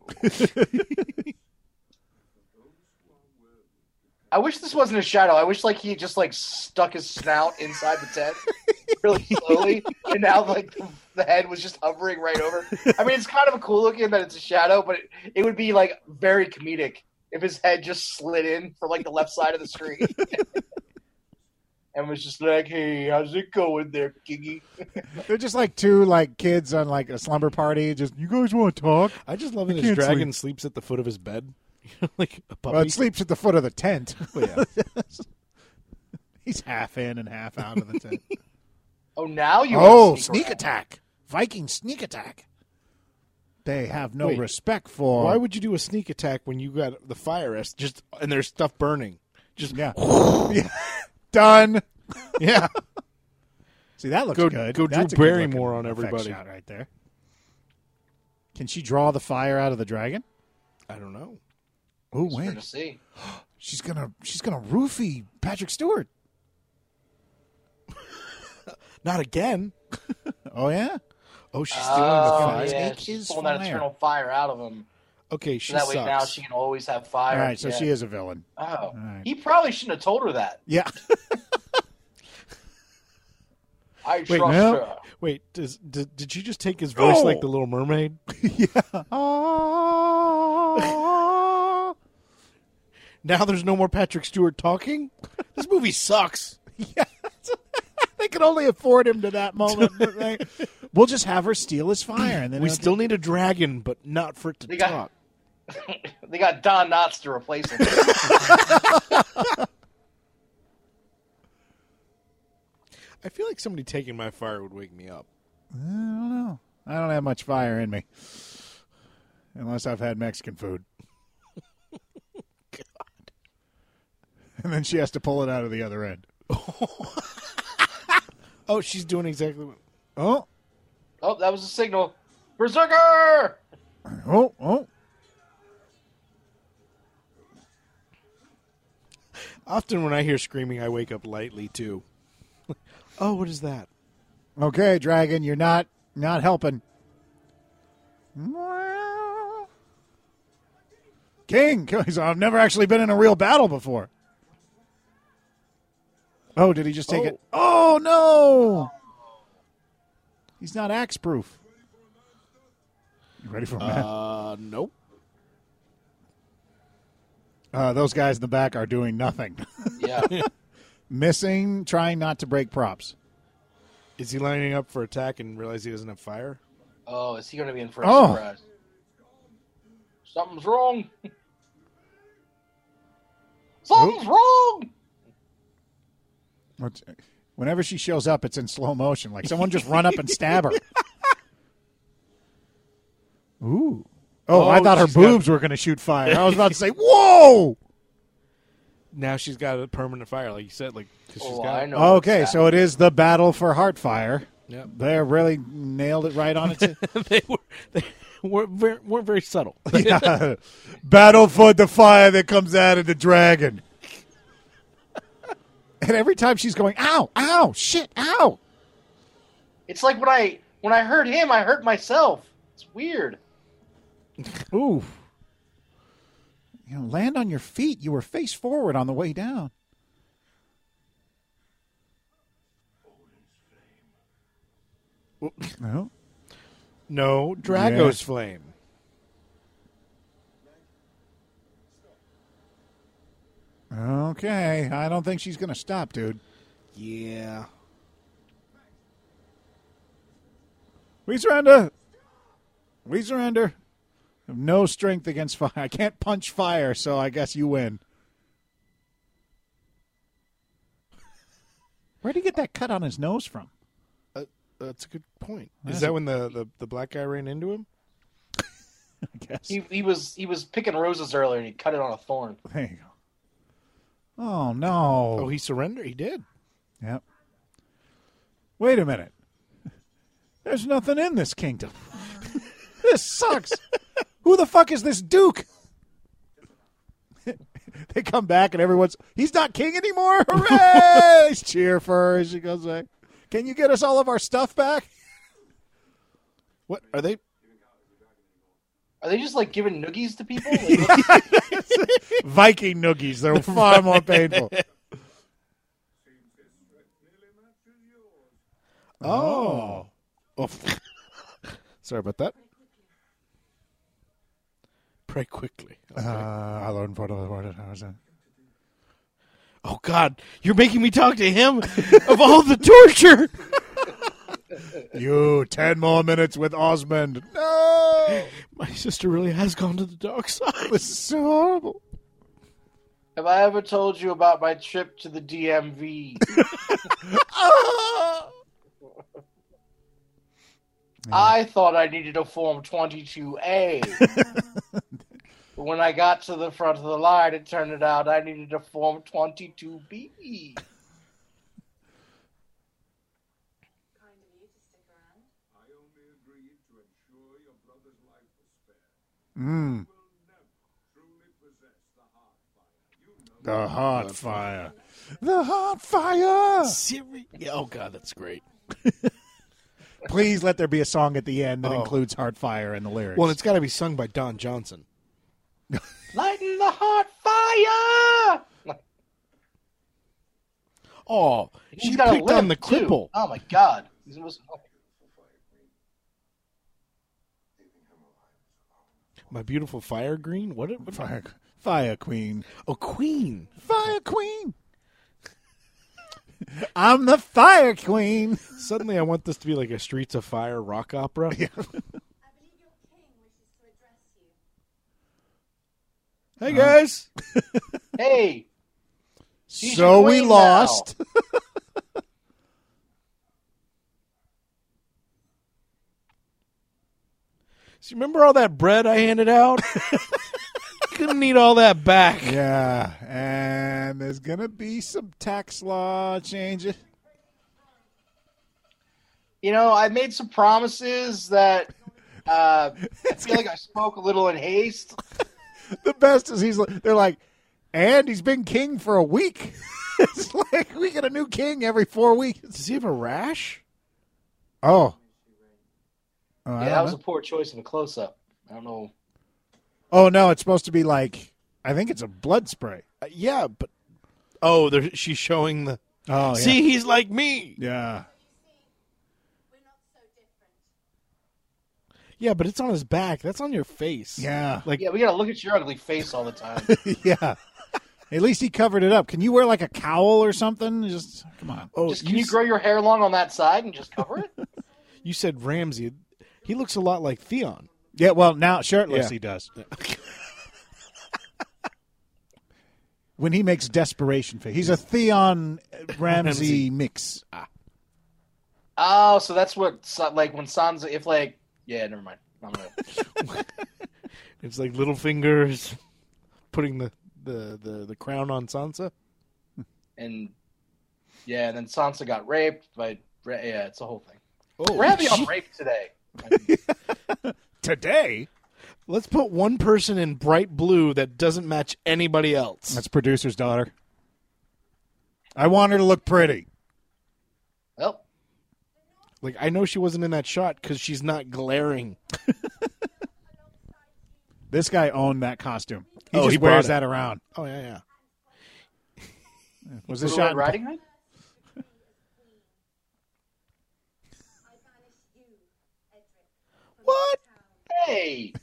I wish this wasn't a shadow. I wish like he just like stuck his snout inside the tent really slowly, and now like the, the head was just hovering right over. I mean, it's kind of a cool looking that it's a shadow, but it, it would be like very comedic if his head just slid in from like the left side of the street and was just like, "Hey, how's it going there, Giggy?" They're just like two like kids on like a slumber party. Just you guys want to talk? I just love that his can't dragon sleeps at the foot of his bed, like a puppy. Well, it sleeps at the foot of the tent. Oh, yeah. He's half in and half out of the tent. Oh, now you wanna Oh, sneak around. attack. Viking sneak attack. They have no Wait. respect for. Why would you do a sneak attack when you got the fire es just and there's stuff burning? Just Yeah. yeah. Done. yeah. See, that looks Go- good. go Drew That's a good-looking Barrymore on effect everybody. shot right there. Can she draw the fire out of the dragon? I don't know. Oh It's fair to wait, see. she's gonna she's gonna roofie Patrick Stewart. Not again. Oh yeah. Oh, she's stealing the Oh, fire. yeah, Snake she's is pulling that fire. eternal fire out of him. Okay, she So that way sucks. now she can always have fire. All right, so Yeah. she is a villain. Oh, right. he probably shouldn't have told her that. Yeah. I trust no. her. Wait, does, did, did she just take his voice No. like the Little Mermaid? oh. Now there's no more Patrick Stewart talking. This movie sucks. they could only afford him to that moment. They- we'll just have her steal his fire, and then We it'll- still need a dragon, but not for it to They got- talk. They got Don Knotts to replace him. I feel like somebody taking my fire would wake me up. I don't know. I don't have much fire in me, unless I've had Mexican food. And then she has to pull it out of the other end. Oh, she's doing exactly what. Oh, oh, that was a signal. Berserker! oh, oh! Often when I hear screaming, I wake up lightly too. oh, what is that? Okay, dragon, you're not not helping. King, he's- I've never actually been in a real battle before. Oh, did he just take it? Oh no! He's not axe proof. You ready for a match? Uh, nope. Uh, those guys in the back are doing nothing. Yeah. Missing, trying not to break props. Is he lining up for attack and realize he doesn't have fire? Oh, is he going to be in for a Oh. surprise? Something's wrong. Something's wrong. Which- Whenever she shows up, it's in slow motion. Like someone just run up and stab her. Ooh. Oh, I Oh, thought her she's got- boobs were going to shoot fire. I was about to say, whoa. Now she's got a permanent fire, like you said. Like 'cause she's Oh, got. I know. what's Okay, that. so it is the battle for Heartfire. Yep. They really nailed it right on its they were they were very, weren't very subtle. Yeah. Battle for the fire that comes out of the dragon. and every time she's going, ow, ow, shit, ow. it's like when I when I hurt him, I hurt myself. It's weird. Ooh. You know, land on your feet. You were face forward on the way down. No. No, Drago's Yeah. flame. Okay. I don't think she's going to stop, dude. Yeah. We surrender. We surrender. I have no strength against fire. I can't punch fire, so I guess you win. Where'd he get that cut on his nose from? Uh, That's a good point. That's Is that when the, the, the black guy ran into him? I guess. He he was he was picking roses earlier and he cut it on a thorn. There you go. Oh no. Oh, he surrendered. He did. Yep. Wait a minute. There's nothing in this kingdom. this sucks. Who the fuck is this duke? they come back and everyone's he's not king anymore. Hooray! Cheer for her as she goes back. Can you get us all of our stuff back? What are they? Are they just like giving noogies to people? Like, Viking noogies, they're far more painful. Oh. oh. Sorry about that. Pray quickly. Uh, I learned part of the word. I was in. Oh God, you're making me talk to him of all the torture. You ten more minutes with Osmond. No, My sister really has gone to the dark side. this is so horrible. Have I ever told you about my trip to the DMV? Ah! I thought I needed a form 22A. but when I got to the front of the line, it turned out I needed a form 22B. Kind of you to stick around. I only agreed to ensure your brother's life was spared. Mm. Will never truly possess the heart fire. You know The hot fire. The hot fire. Siri. Yeah, oh God, that's great. Please let there be a song at the end that Oh. includes hot fire in the lyrics. Well, it's got to be sung by Don Johnson. Lighten the hot fire! Like, Oh, he's she got a picked on the limp, too. cripple. Oh my god. He's the most- My beautiful fire green. What? what fire, fire queen. Oh, queen. Fire queen. I'm the fire queen. Suddenly, I want this to be like a Streets of Fire rock opera. I believe your king wishes to address you. Hey guys. Hey! She's So your we queen lost. So you remember all that bread I handed out? Couldn't eat all that back. yeah, and there's gonna be some tax law changes. You know, I made some promises that uh, I feel like I spoke a little in haste. The best is he's. They're like, and he's been king for a week. it's like we get a new king every four weeks. Does he have a rash? Oh. Oh, I Yeah, don't that was know. a poor choice of a close up. I don't know. Oh no, it's supposed to be like I think it's a blood spray. Uh, yeah, but oh, there, she's showing the. Oh See, he's like me. yeah. We're not so different. Yeah, but it's on his back. That's on your face. Yeah. Like Yeah, we gotta look at your ugly face all the time. Yeah. At least he covered it up. Can you wear like a cowl or something? Just come on. Oh, Just, can you you s- grow your hair long on that side and just cover it? you said Ramsey. He looks a lot like Theon. Yeah. Well, now shirtless Yeah. he does. when he makes desperation face, he's a Theon Ramsey Ramsey. mix. oh, so that's what Sa- like when Sansa if like yeah, never mind. I'm gonna, It's like little fingers putting the, the, the, the crown on Sansa. and yeah, and then Sansa got raped by Ra- yeah, it's a whole thing. Oh, We're heavy on rape today. Today, Let's put one person in bright blue that doesn't match anybody else. that's producer's daughter. I want her to look pretty. Well, like I know she wasn't in that shot because she's not glaring. This guy owned that costume. He Oh, just he brought wears it. that around. Oh yeah, yeah. Was this Little shot? Red in- Riding Hood. What? Hey,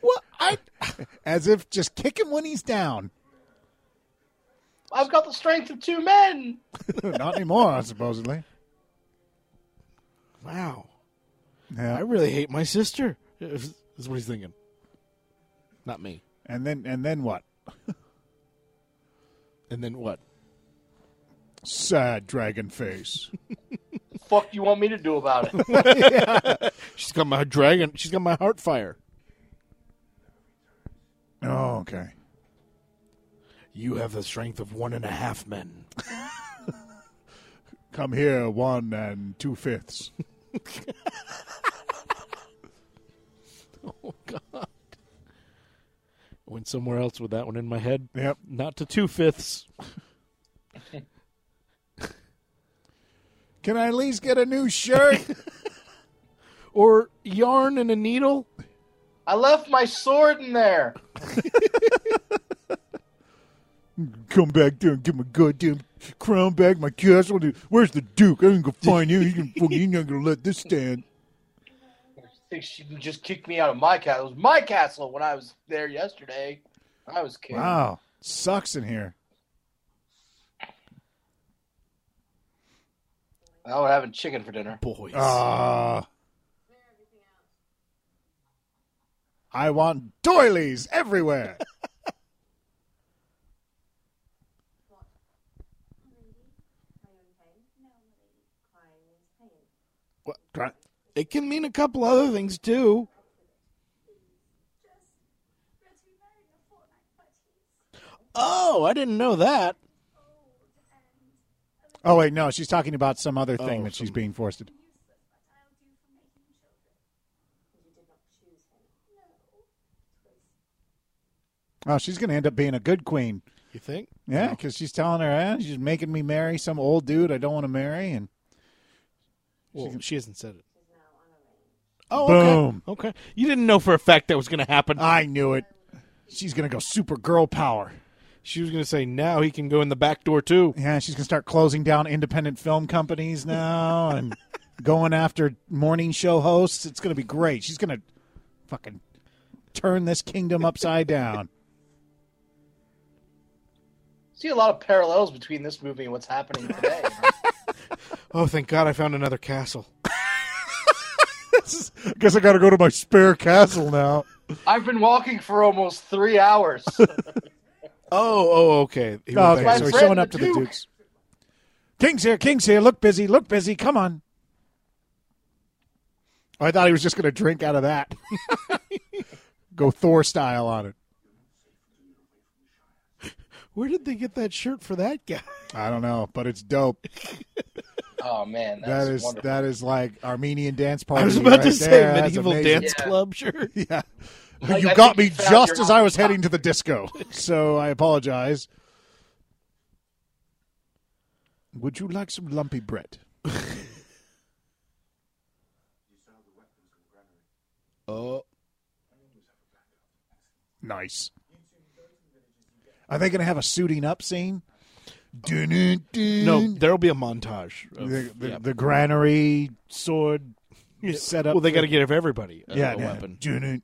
What? I As if just kick him when he's down. I've got the strength of two men. Not anymore, supposedly. wow. I Yeah. really hate my sister. Is is what he's thinking. Not me. And then and then what? And then what? Sad dragon face. Fuck, you want me to do about it? She's got my dragon. She's got my heart fire. oh, okay. You have the strength of one and a half men. Come here, one and two fifths. Oh God. Went somewhere else with that one in my head. Yep. Not to two fifths. Can I at least get a new shirt? Or yarn and a needle. I left my sword in there. Come back there and get my goddamn crown back, my castle. Where's the Duke? I ain't gonna find you. You can fucking, you're not gonna let this stand. think she just kicked me out of my castle. It was my castle when I was there yesterday. I was king. Wow. Sucks in here. I was having chicken for dinner. Boys. Ah. I want doilies everywhere. Oh, It can mean a couple other things too. Oh, I didn't know that. Oh wait, no, she's talking about some other thing Oh, that she's some- being forced to do. Oh, she's going to end up being a good queen. You think? Yeah, because she's telling her, eh, she's making me marry some old dude I don't want to marry, and Well, she, hasn't said it. Oh, Boom. okay. Okay. You didn't know for a fact that was going to happen. I knew it. She's going to go super girl power. she was going to say, now he can go in the back door too. Yeah, she's going to start closing down independent film companies now and going after morning show hosts. It's going to be great. She's going to fucking turn this kingdom upside down. See a lot of parallels between this movie and what's happening today. Oh, thank God I found another castle. I guess I got to go to my spare castle now. I've been walking for almost three hours. Oh, oh, okay. He went okay, back so to- he's friend, showing up to the the Duke. Dukes. King's here, King's here. Look busy, look busy. Come on. Oh, I thought he was just going to drink out of that. go Thor style on it. Where did they get that shirt for that guy? I don't know, but it's dope. oh man, That that's is wonderful. that is like Armenian dance party. I was about right to say there. That's medieval amazing. dance Yeah. club shirt. Yeah, Like, you I got think me you found just your as I was hot heading to the disco, so I apologize. Would you like some lumpy bread? Oh, Nice. Are they going to have a suiting up scene? Dun-dun-dun. no, there'll be a montage. Of, the, the, yeah. the granary sword set up. Well, they for- got to give everybody a, yeah, a yeah. weapon. Dun-dun.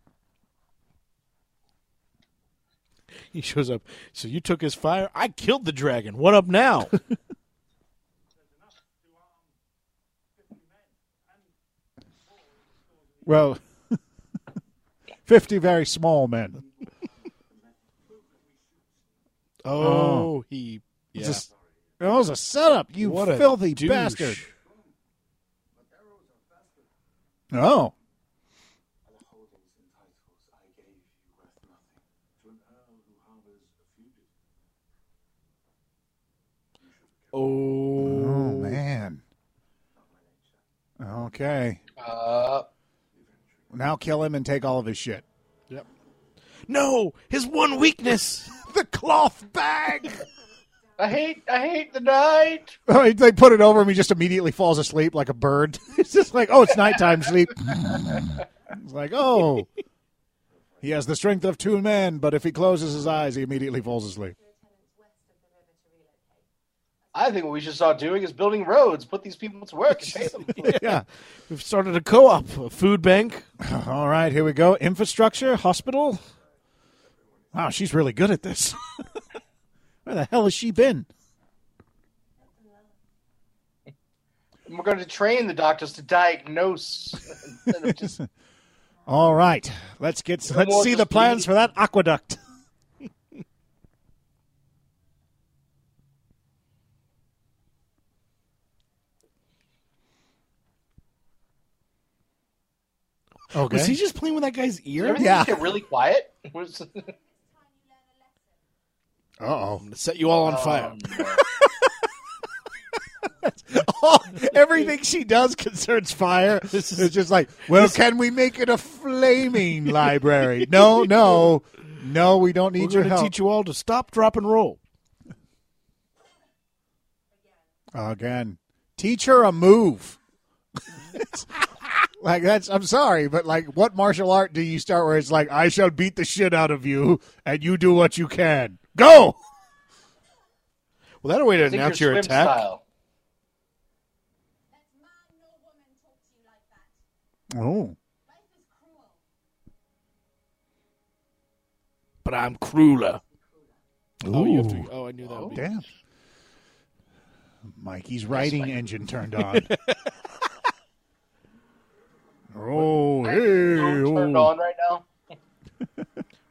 He shows up. So you took his fire. I killed the dragon. What up now? Well, 50 very small men. oh, he. Yeah. Just, that was a setup, you What a filthy douche. bastard. Oh. holdings and titles I gave you worth nothing to an earl who harbors a fugitive. Oh, Oh. man. Okay. Uh, Now kill him and take all of his shit. Yep. No, his one weakness. The cloth bag! I hate, I hate the night. they put it over him. He just immediately falls asleep like a bird. it's just like, oh, it's nighttime sleep. it's like, oh. He has the strength of two men, but if he closes his eyes, he immediately falls asleep. lieutenants west of the river to relocate. I think what we should start doing is building roads. Put these people to work and pay them. for it. Yeah. We've started a co op, a food bank. All right, here we go. Infrastructure, hospital. Wow, she's really good at this. Where the hell has she been? And we're going to train the doctors to diagnose. instead of just- All right, let's get let's more see just the plans leave. for that aqueduct. okay. Was he just playing with that guy's Did ear? everything Yeah. just get really quiet? Was- Uh oh. To set you all on Oh, fire. Everything she does concerns fire. This is- it's just like, well, can we make it a flaming library? No, no, no. We don't We're need your going to help. teach you all to stop, drop, and roll. Again, teach her a move. like that's. I'm sorry, but like, what martial art do you start where it's like, I shall beat the shit out of you, and you do what you can. Go. Well, that a way to I think announce your your swim attack. style. Let man nor woman talk to you like that. Oh, Life is cruel. But I'm crueler. Oh, you have to, oh, I knew that. would be- damn. Mikey's writing engine turned on. oh, hey, Turned oh. on right now.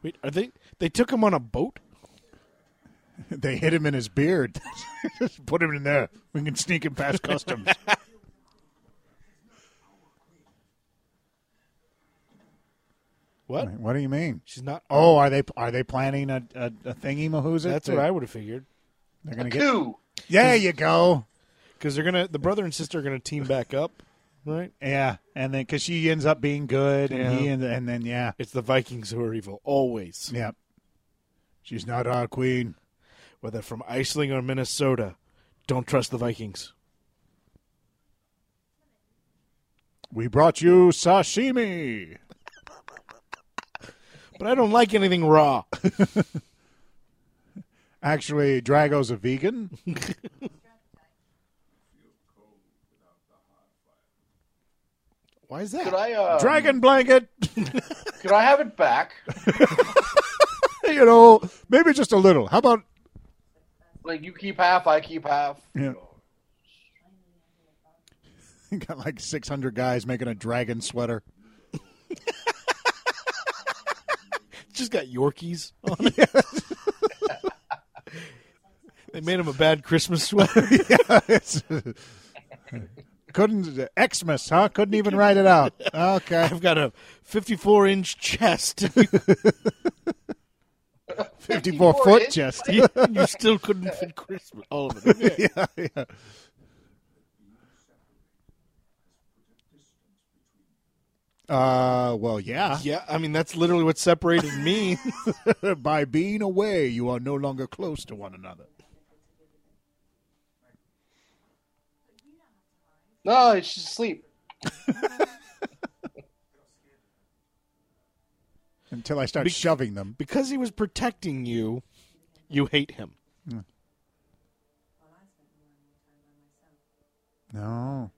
Wait, are they? They took him on a boat. They hit him in his beard. Just Put him in there. We can sneak him past customs. What? what do you mean? She's not. Oh, are they are they planning a, a, a thingy mahooza? that's what I would have figured. They're gonna get. Coup. There you go. Because they're gonna, the brother and sister are gonna team back up, right? Yeah, and then because she ends up being good, and he Yeah. and, and then yeah, It's the Vikings who are evil always, yeah. She's not our queen. whether from Iceland or Minnesota. Don't trust the Vikings. We brought you sashimi. But I don't like anything raw. Actually, Drago's a vegan. Why is Could that? I? Uh, Dragon blanket. Could I have it back? you know, maybe just a little. How about? Like you keep half, I keep half. Yeah. Got like six hundred guys making a dragon sweater. Just got Yorkies on it. they made him a bad Christmas sweater. yeah, it's, couldn't Xmas, huh? Couldn't even write it out. Okay, I've got a 54 inch chest. fifty-four foot inch. chest. you, you still couldn't fit Christmas. All of it. Okay. yeah, yeah. Uh, well, yeah. Yeah, I mean that's literally what separated me. By being away, you are no longer close to one another. No, it's just sleep. Until I start Be- shoving them. because he was protecting you, you hate him. No.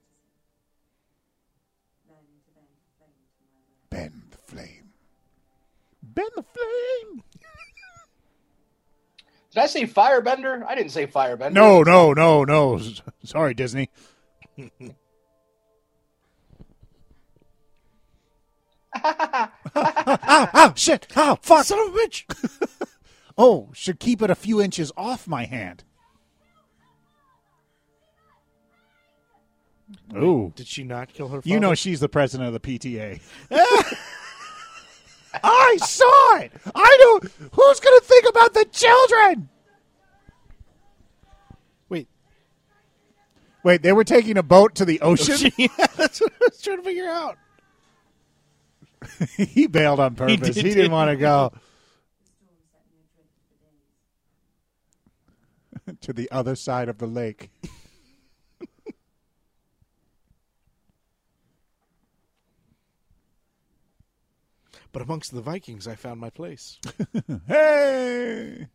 Bend the flame. Bend the flame. Did I say Firebender? I didn't say Firebender. No, no, no, no. S- Sorry, Disney. Ow, ow, shit. Ow, fuck. Ah, Son of a bitch! Oh, should keep it a few inches off my hand. Ooh. Did she not kill her? Father? You know she's the president of the PTA. I saw it. I know. Who's going to think about the children? Wait. Wait, they were taking a boat to the ocean? yeah, that's what I was trying to figure out. he bailed on purpose. He, did, didn't didn't want to go Storm set me adrift for days. to the other side of the lake. But amongst the Vikings, I found my place. Hey!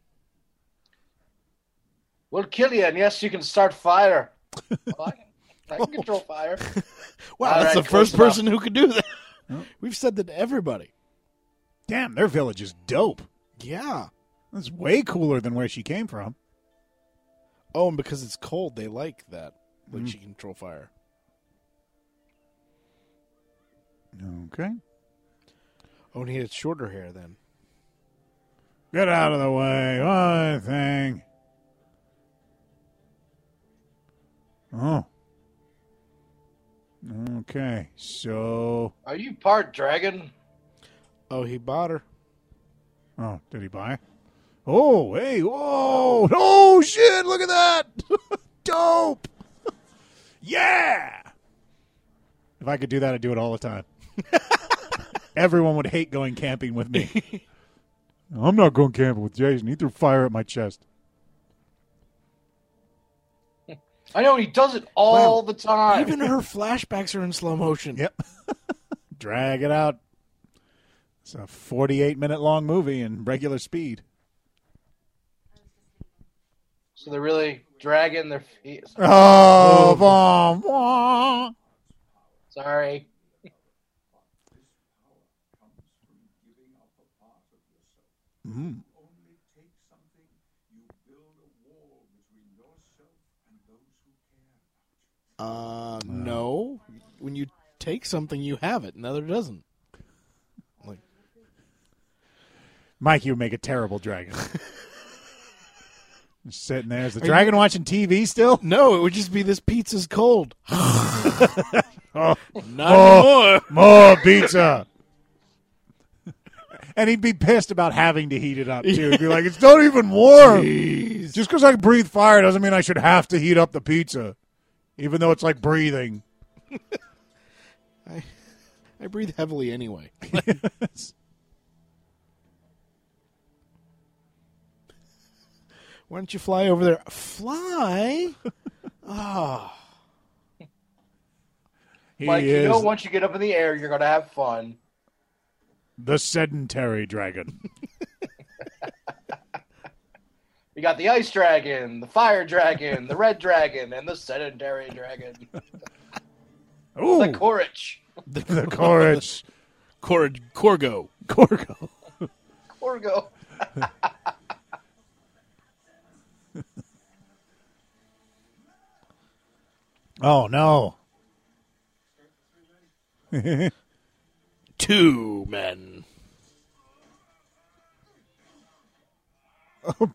We'll kill you, and yes, you can start fire. Well, I, can, I can control fire. Wow, All that's right, the first close person who could do that. We've said that to everybody. Damn, their village is dope. Yeah. That's way cooler than where she came from. Oh, and because it's cold, they like that. Like she can control fire. Okay. Oh, and he had shorter hair then. Get out of the way. One thing. Oh. Okay. So. Are you part dragon? Oh, he bought her. Oh, did he buy? Oh, hey. Whoa. Oh, shit. Look at that. Dope. yeah. If I could do that, I'd do it all the time. Everyone would hate going camping with me. I'm not going camping with Jason. He threw fire at my chest. I know he does it all the time. Even her flashbacks are in slow motion. Yep. Drag it out. It's a 48 minute long movie in regular speed. so they're really dragging their feet. Oh, wah, wah. Sorry. Mm. Uh, no. When you take something, you have it. Another doesn't. Like, Mike, you would make a terrible dragon. Just Sitting there. Is the dragon watching TV still? no, it would just be this pizza's cold. Oh. Not anymore. More pizza. and he'd be pissed about having to heat it up, too. He'd be like, it's not even warm. Just because I breathe fire doesn't mean I should have to heat up the pizza, even though it's like breathing. I breathe heavily anyway. Why don't you fly over there? Fly? Ah. He Mike, you is know once you get up in the air, you're going to have fun. the sedentary dragon. We got the ice dragon, the fire dragon, the red dragon, and the sedentary dragon. Ooh, The Korich. the courage. Cor- Corgo. Gorgo. Korgo. Oh, no. Two men.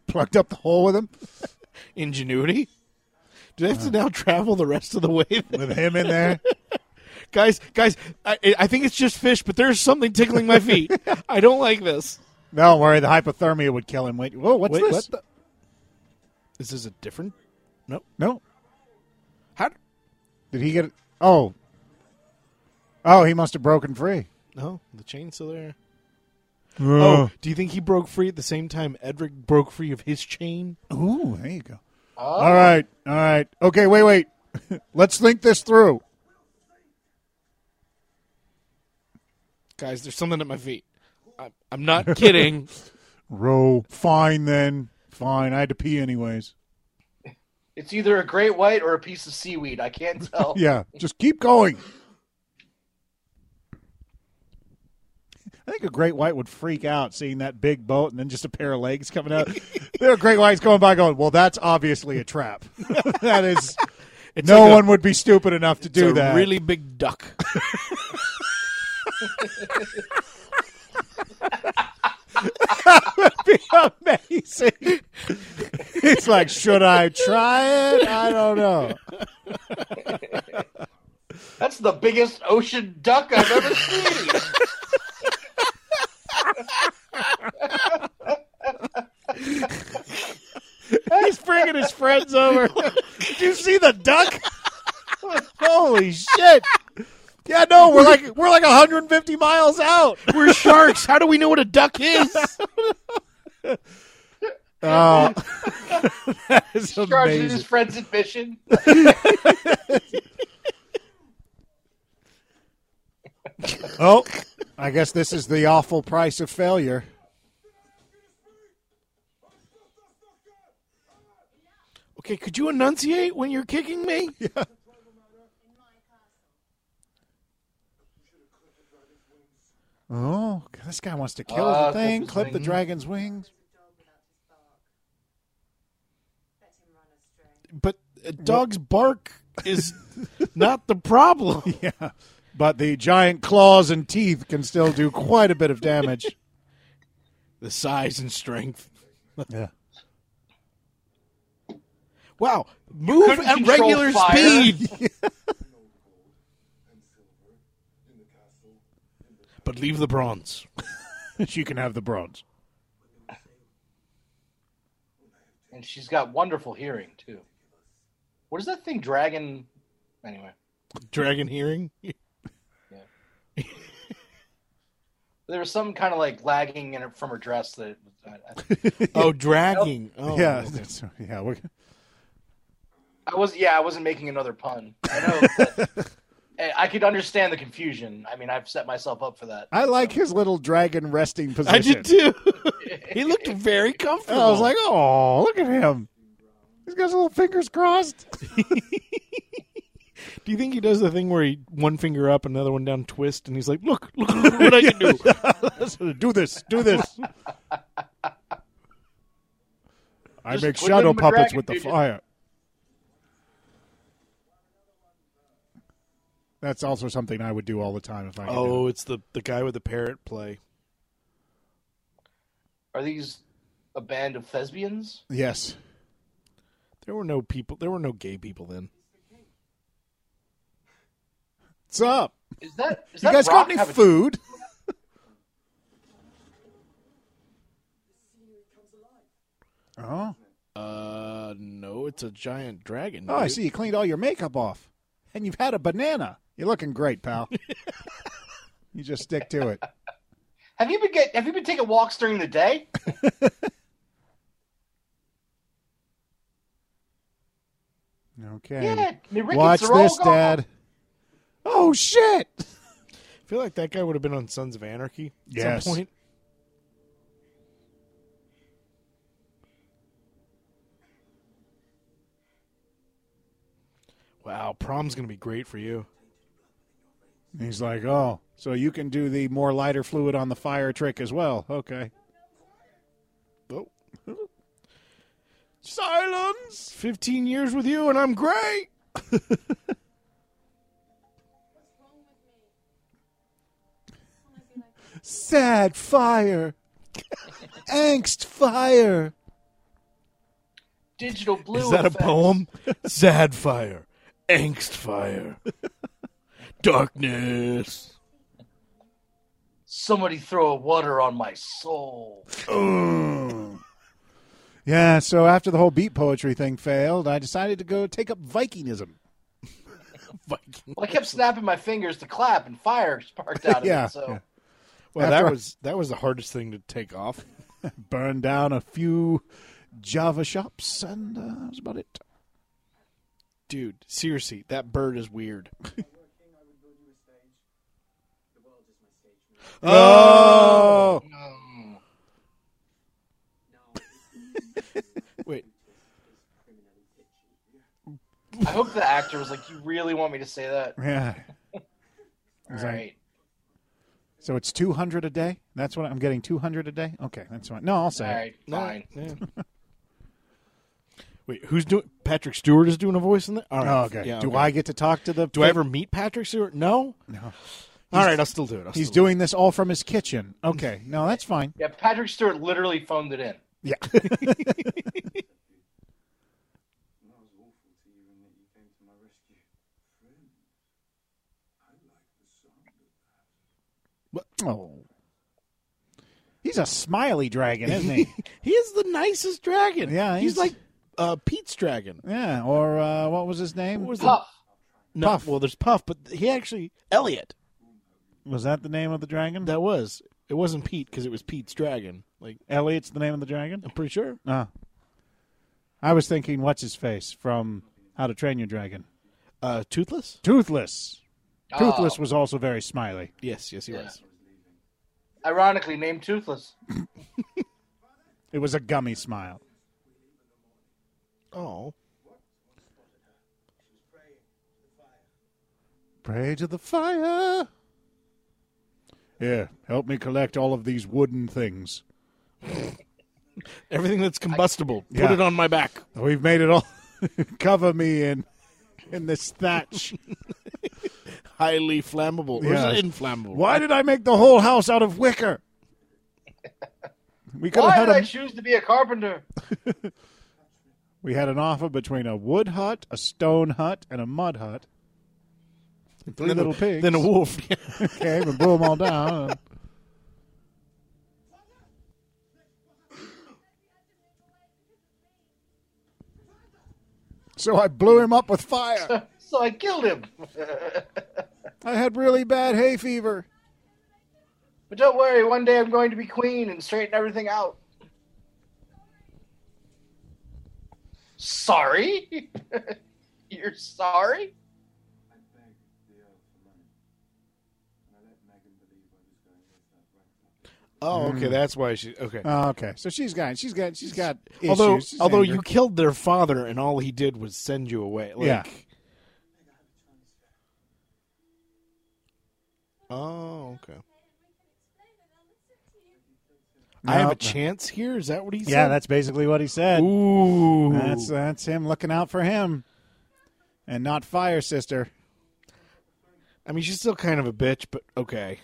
Plucked up the hole with him, Ingenuity? Do they have to now travel the rest of the way? with him in there. guys, guys, I, I think it's just fish, but there's something tickling my feet. I don't like this. Don't worry, the hypothermia would kill him. Wait, whoa, what's Wait, this? what the- Is this a different? No. How? Did he get it? Oh. Oh, he must have broken free. No, the chain's still there. Oh. Oh, do you think he broke free at the same time Edric broke free of his chain? Ooh, there you go. All right. All right. Okay, wait, wait. Let's think this through. Guys, there's something at my feet. I'm, I'm not kidding. Row. Fine then. Fine. I had to pee anyways. It's either a great white or a piece of seaweed. I can't tell. Yeah, just keep going. I think a great white would freak out seeing that big boat and then just a pair of legs coming out. There are great whites going by going, well, that's obviously a trap. that is, It's no like a- one would be stupid enough to it's do a that. Really big duck. amazing. it's like, should I try it? I don't know. That's the biggest ocean duck I've ever seen. He's bringing his friends over. Did you see the duck? Holy shit! Yeah, no, we're like we're like 150 miles out. We're sharks. How do we know what a duck is? Oh, that is Charging his amazing. friend's admission. Oh, I guess this is the awful price of failure. okay, could you enunciate when you're kicking me? Oh, Uh, this guy wants to kill Ah, the thing, clip his clip the wings. dragon's wings. a dog without his bark. Let him run astray. But a dog's bark is not the problem. Yeah, but the giant claws and teeth can still do quite a bit of damage. The size and strength. yeah. Wow. Move couldn't at control regular fire. speed. but leave the bronze. she can have the bronze. And she's got wonderful hearing, too. What is that thing, dragon? Anyway, Dragon hearing. there was some kind of like lagging in her, from her dress that. I, I- Oh, dragging. Oh, yeah, okay. that's- yeah. We're, I was, yeah, I wasn't making another pun. I know. but- I- I could understand the confusion. I mean, I've set myself up for that. I like his little dragon resting position. I did too. he looked very And comfortable. I was like, oh, look at him. He's got his little fingers crossed. Do you think he does the thing where he one finger up, another one down, twist, and he's like, "Look, look, look what I can do." do this, do this. I Just make put shadow them in the puppets dragon with the pigeon. fire. That's also something I would do all the time if I. could do Oh, it. it's the the guy with the parrot play. Are these a band of thespians? yes. There were no people. There were no gay people then. What's up? Is that is You that guys rock got any have a- food? oh. Uh, no, it's a giant dragon. Oh, I dude. see. You cleaned all your makeup off, and you've had a banana. You're looking great, pal. you just stick to it. Have you been get, Have you been taking walks during the day? Okay. Yeah, the rickets Watch are all this, gone. Dad. Oh shit! I feel like that guy would have been on Sons of Anarchy at Yes. some point. Wow, prom's gonna be great for you. He's like, oh, so you can do the more lighter fluid on the fire trick as well? Okay. Oh, Silence. 15 years with you, and I'm great. Sad fire. Angst fire. Digital blue. Is that a effect. poem? Sad fire, angst fire, darkness. Somebody throw water on my soul. Yeah. So after the whole beat poetry thing failed, I decided to go take up Vikingism. Viking. Well, I kept snapping my fingers to clap, and fire sparked out of Yeah, it. So yeah. Well, After- that was that was the hardest thing to take off. burned down a few Java shops, and uh, that was about it. Dude, seriously, that bird is weird. Working, I would build you a stage. The world is my stage. mate. Oh, um, Now, Wait, criminally itchy. I hope the actor was like, "You really want me to say that?" Oh! yeah. All Is that- right. So it's two hundred a day. That's what I'm getting. Two hundred a day. Okay, that's fine. No, I'll say. All it. right. Fine. Yeah. Wait, who's doing? Patrick Stewart is doing a voice in there. All right. Oh, okay. Yeah, do okay. I get to talk to the? Do I ever meet Patrick Stewart? No. No. All right, I'll still do it. I'll He's still doing this all from his kitchen. Okay, no, that's fine. Yeah, Patrick Stewart literally phoned it in. Yeah. And that was awful to you and that you came to my rescue. Friend, I like the sound of that. oh. He's a smiley dragon, do isn't it. he? he is the nicest dragon. Yeah, he's, he's- like uh, Pete's dragon. yeah. Or uh, what was his name? What was the- Puff. No, Puff. Well, there's Puff, but he actually Elliot. Was that the name of the dragon? That was it. Wasn't Pete because it was Pete's dragon. Like Elliot's the name of the dragon. I'm pretty sure. Ah. I was thinking, what's his face from How to Train Your Dragon? Uh, toothless. Toothless. Toothless Oh, was also very smiley. Yes, yes, he Yeah. was. ironically named Toothless. It was a gummy smile. Oh, Pray to the fire. Here, help me collect all of these wooden things. everything that's combustible, Yeah. put it on my back. We've made it all. Cover me in in this thatch. Highly flammable. Or Yeah. is it inflammable? Why did I make the whole house out of wicker? We could Why have did I had a, choose to be a carpenter? we had an offer between a wood hut, a stone hut, and a mud hut. Three Then a- little pigs. Then a wolf. came and blew them all down. So I blew him up with fire. So I killed him. I had really bad hay fever. but don't worry, one day I'm going to be queen and straighten everything out. Sorry? You're sorry? I begged the Earl for money. And I let Megan believe I was going with that rector. oh, okay. That's why she. Okay. Oh, okay, so she's got she's got she's got issues. Uh, although, She's although angry. you killed their father, and all he did was send you away. Like, Yeah. Oh, okay. No, I have a but- chance here. Is that what he said? yeah, that's basically what he said. Ooh. That's that's him looking out for him, and not fire sister. I mean, she's still kind of a bitch, but okay.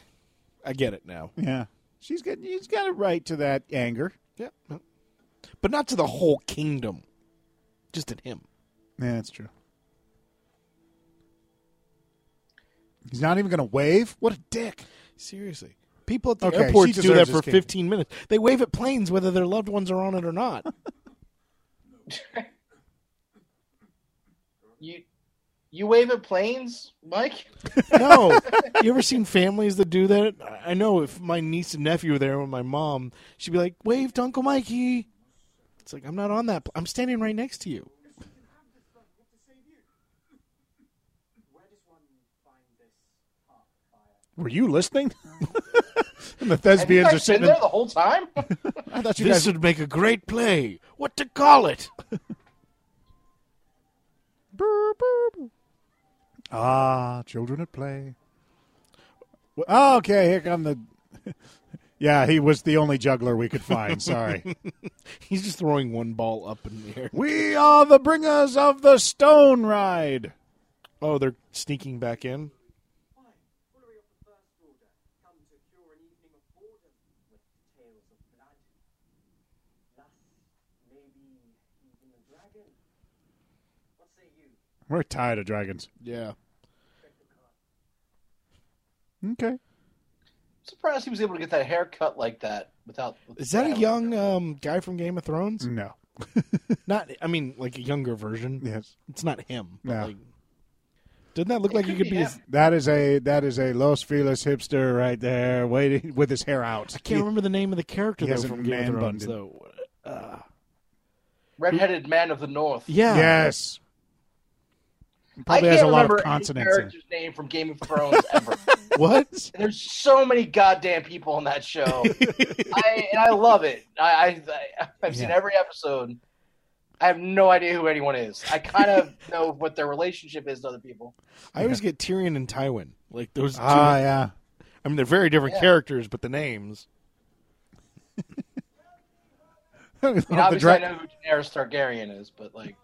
I get it now. Yeah, she's got she's got a right to that anger. Yeah. no. But not to the whole kingdom, just at him. Yeah, that's true. He's not even going to wave. What a dick! Seriously. People at the Okay, she airports do that deserves for this kingdom. 15 minutes. They wave at planes whether their loved ones are on it or not. You you wave at planes, Mike? no. You ever seen families that do that? I- I know if my niece and nephew were there with my mom, she'd be like, wave to Uncle Mikey. It's like, I'm not on that. Pl- I'm standing right next to you. Where does one find this heart fire? Were you listening? and the Have you thespians are guys been sitting. there the whole time? in- I thought you This guys. would make a great play. What to call it? Brr, brr. Ah, children at play. Wh- Oh, okay, here come the. yeah, he was the only juggler we could find. Sorry. He's just throwing one ball up in the air. we are the bringers of the stone ride. Oh, they're sneaking back in. Fine. Following up the first order, come to cure an evening of boredom with tales of blood. Thus, maybe even a dragon. What say you? We're tired of dragons. Yeah. Okay. surprised he was able to get that haircut like that without. Is that a uh, young um, guy from Game of Thrones? No. Not, I mean, like a younger version. Yes. It's not him. but, No. Like, doesn't that look It like he could could be? be him. his- That is a that is a Los Feliz hipster right there, waiting with his hair out. I can't remember the name of the character He though hasn't from Game of Thrones. man-bunded. Though. Uh, redheaded man of the north? yeah. Yes, I probably can't has a lot remember of any consonants. in it. character's name from Game of Thrones ever. What? And There's so many goddamn people on that show, I, and I love it. I, I, I I've seen Yeah. every episode. I have no idea who anyone is. I kind of know what their relationship is to other people. I always get Tyrion and Tywin. Like those. Two, Ah, yeah. I mean, they're very different Yeah. characters, but the names. if, I mean, the obviously, dra- I know who Daenerys Targaryen is, but like,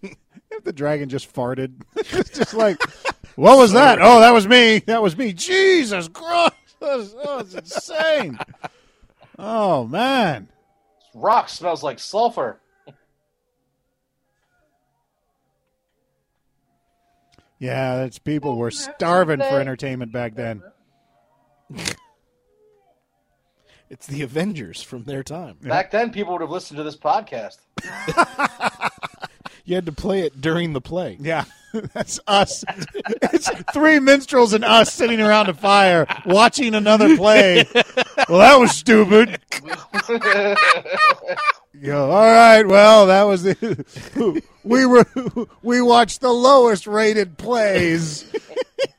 if the dragon just farted, it's just like, what was that? Oh, that was me. That was me. Jesus Christ. That was, that was insane. Oh, man. rock smells like sulfur. Yeah, that's people were starving for entertainment back then. It's the Avengers from their time. Back then, people would have listened to this podcast. You had to play it during the play. Yeah, that's us. It's three minstrels and us sitting around a fire watching another play. Well, that was stupid. You go, all right, well, that was the we were we watched the lowest rated plays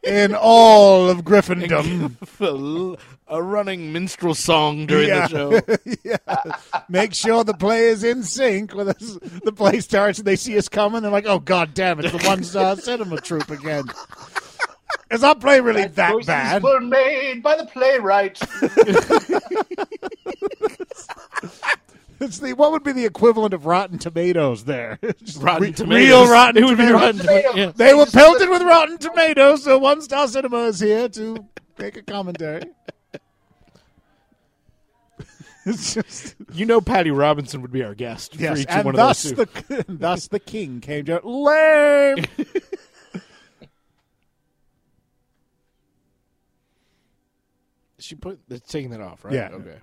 in all of Gryffindom. a running minstrel song during Yeah. the show. yeah. Make sure the play is in sync with us. The play starts and they see us coming. They're like, oh, god damn it, the one star cinema troupe again. Is our play really that Choices bad? were made by the playwright. It's the what would be the equivalent of Rotten Tomatoes there? Just Rotten re- Tomatoes. Real Rotten It would be Tomatoes. Rotten Tomatoes, yeah. They were pelted with Rotten Tomatoes, so One Star Cinema is here to make a commentary. It's just You know, Patty Robinson would be our guest for yes, each and one thus of those. two. the thus the king came to lame. she put they're taking that off, right? Yeah. Okay.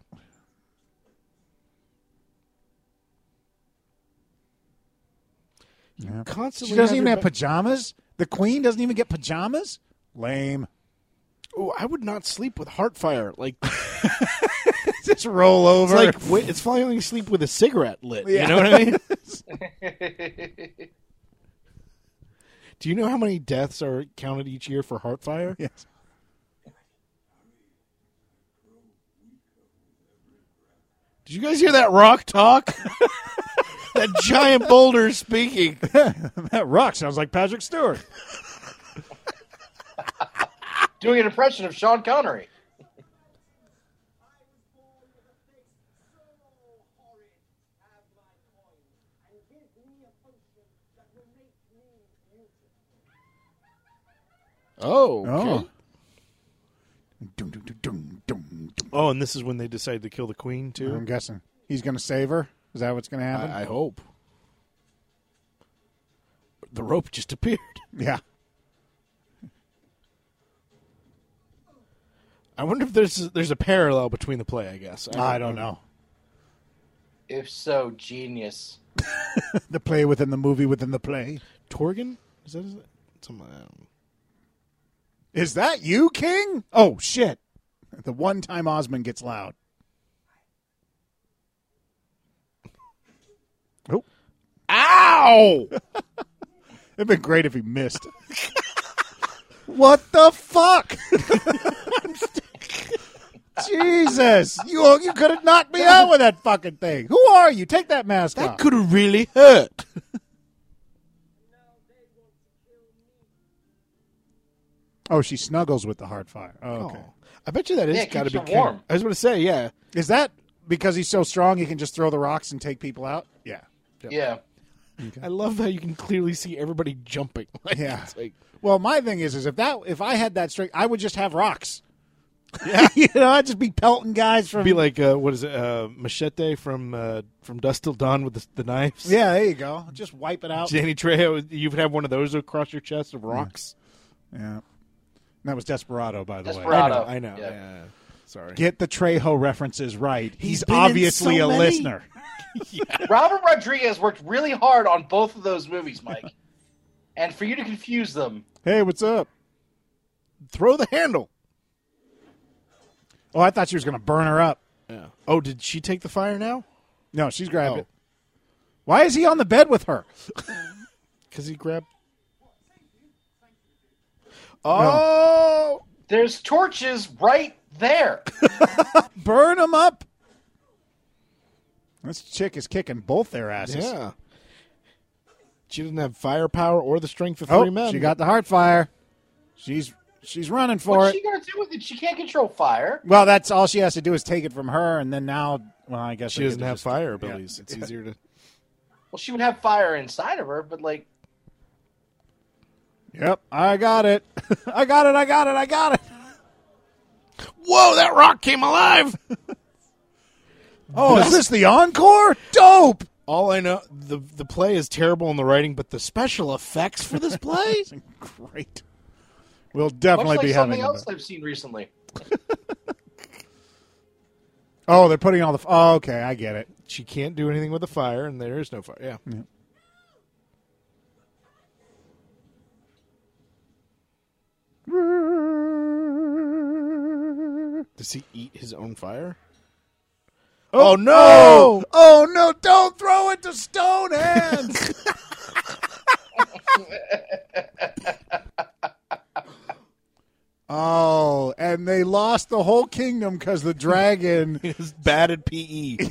You Yeah. Constantly She doesn't even your have ba- pajamas. The queen doesn't even get pajamas. Lame. Ooh, I would not sleep with Heartfire. Like it's Just roll over. like wi- it's falling asleep with a cigarette lit. Yeah. You know what I mean? Do you know how many deaths are counted each year for Heartfire? yes. Did you guys hear that rock talk? that giant boulder is speaking. that rock sounds like Patrick Stewart. Doing an impression of Sean Connery. Oh. Oh. okay. Oh, and this is when they decide to kill the queen too. I'm guessing he's going to save her. Is that what's going to happen? I, I hope. The rope just appeared. yeah. I wonder if there's there's a parallel between the play. I guess I don't know. If so, genius. The play within the movie within the play. Torgon is that, is that something? I don't know. Is that you, King? Oh shit! The one time Osmond gets loud. Oh, Ow! it'd been great if he missed. what the fuck? Jesus, you uh, you could have knocked me out with that fucking thing. Who are you? Take that mask that off. could have really hurt. oh, she snuggles with the hard fire. Oh, okay. Oh. I bet you that is Yeah, it got to be keeps you warm. Karen. I was going to say, yeah. Is that because he's so strong he can just throw the rocks and take people out? Yeah. Yeah. I love how you can clearly see everybody jumping. Like, Yeah. it's like- Well, my thing is, is if that if I had that strength, I would just have rocks. Yeah, you know, I'd just be pelting guys from. be like uh, what is it? Uh, machete from uh, from Dust Till Dawn with the, the knives. yeah, there you go. Just wipe it out. Danny Trejo, you would have one of those across your chest of rocks. Yeah, And that was Desperado, by the way. Desperado. I know. I know. Yeah. yeah. Sorry. Get the Trejo references right. He's, He's been in obviously so a many. listener. Robert Rodriguez worked really hard on both of those movies, Mike. and for you to confuse them, Hey, what's up? Throw the handle. Oh, I thought she was going to burn her up. Yeah. Oh, did she take the fire now? No, she's grabbed Oh. it. Why is he on the bed with her? Because he grabbed. Oh, there's torches right there. Burn him up. This chick is kicking both their asses. yeah. She didn't have firepower or the strength of three Oh, men. she got the heart fire. She's She's running for What's it. she gonna do with it? She can't control fire. Well, that's all she has to do is take it from her, and then now, well, I guess She I doesn't could have just- fire abilities. It's easier to. Well, she would have fire inside of her, but like, Yep, I got it. I got it. I got it. I got it. Whoa! That rock came alive. Oh, is this the encore? Dope. All I know, the the play is terrible in the writing, but the special effects for this play. Great. We'll much definitely like be having. something them else back. I've seen recently. Oh, they're putting all the. Oh, okay, I get it. she can't do anything with a fire, and there is no fire. Yeah. Does he eat his own fire? Oh, no! Oh, oh, no! Don't throw it to Stonehands. oh, and they lost the whole kingdom because the dragon. He's bad at PE.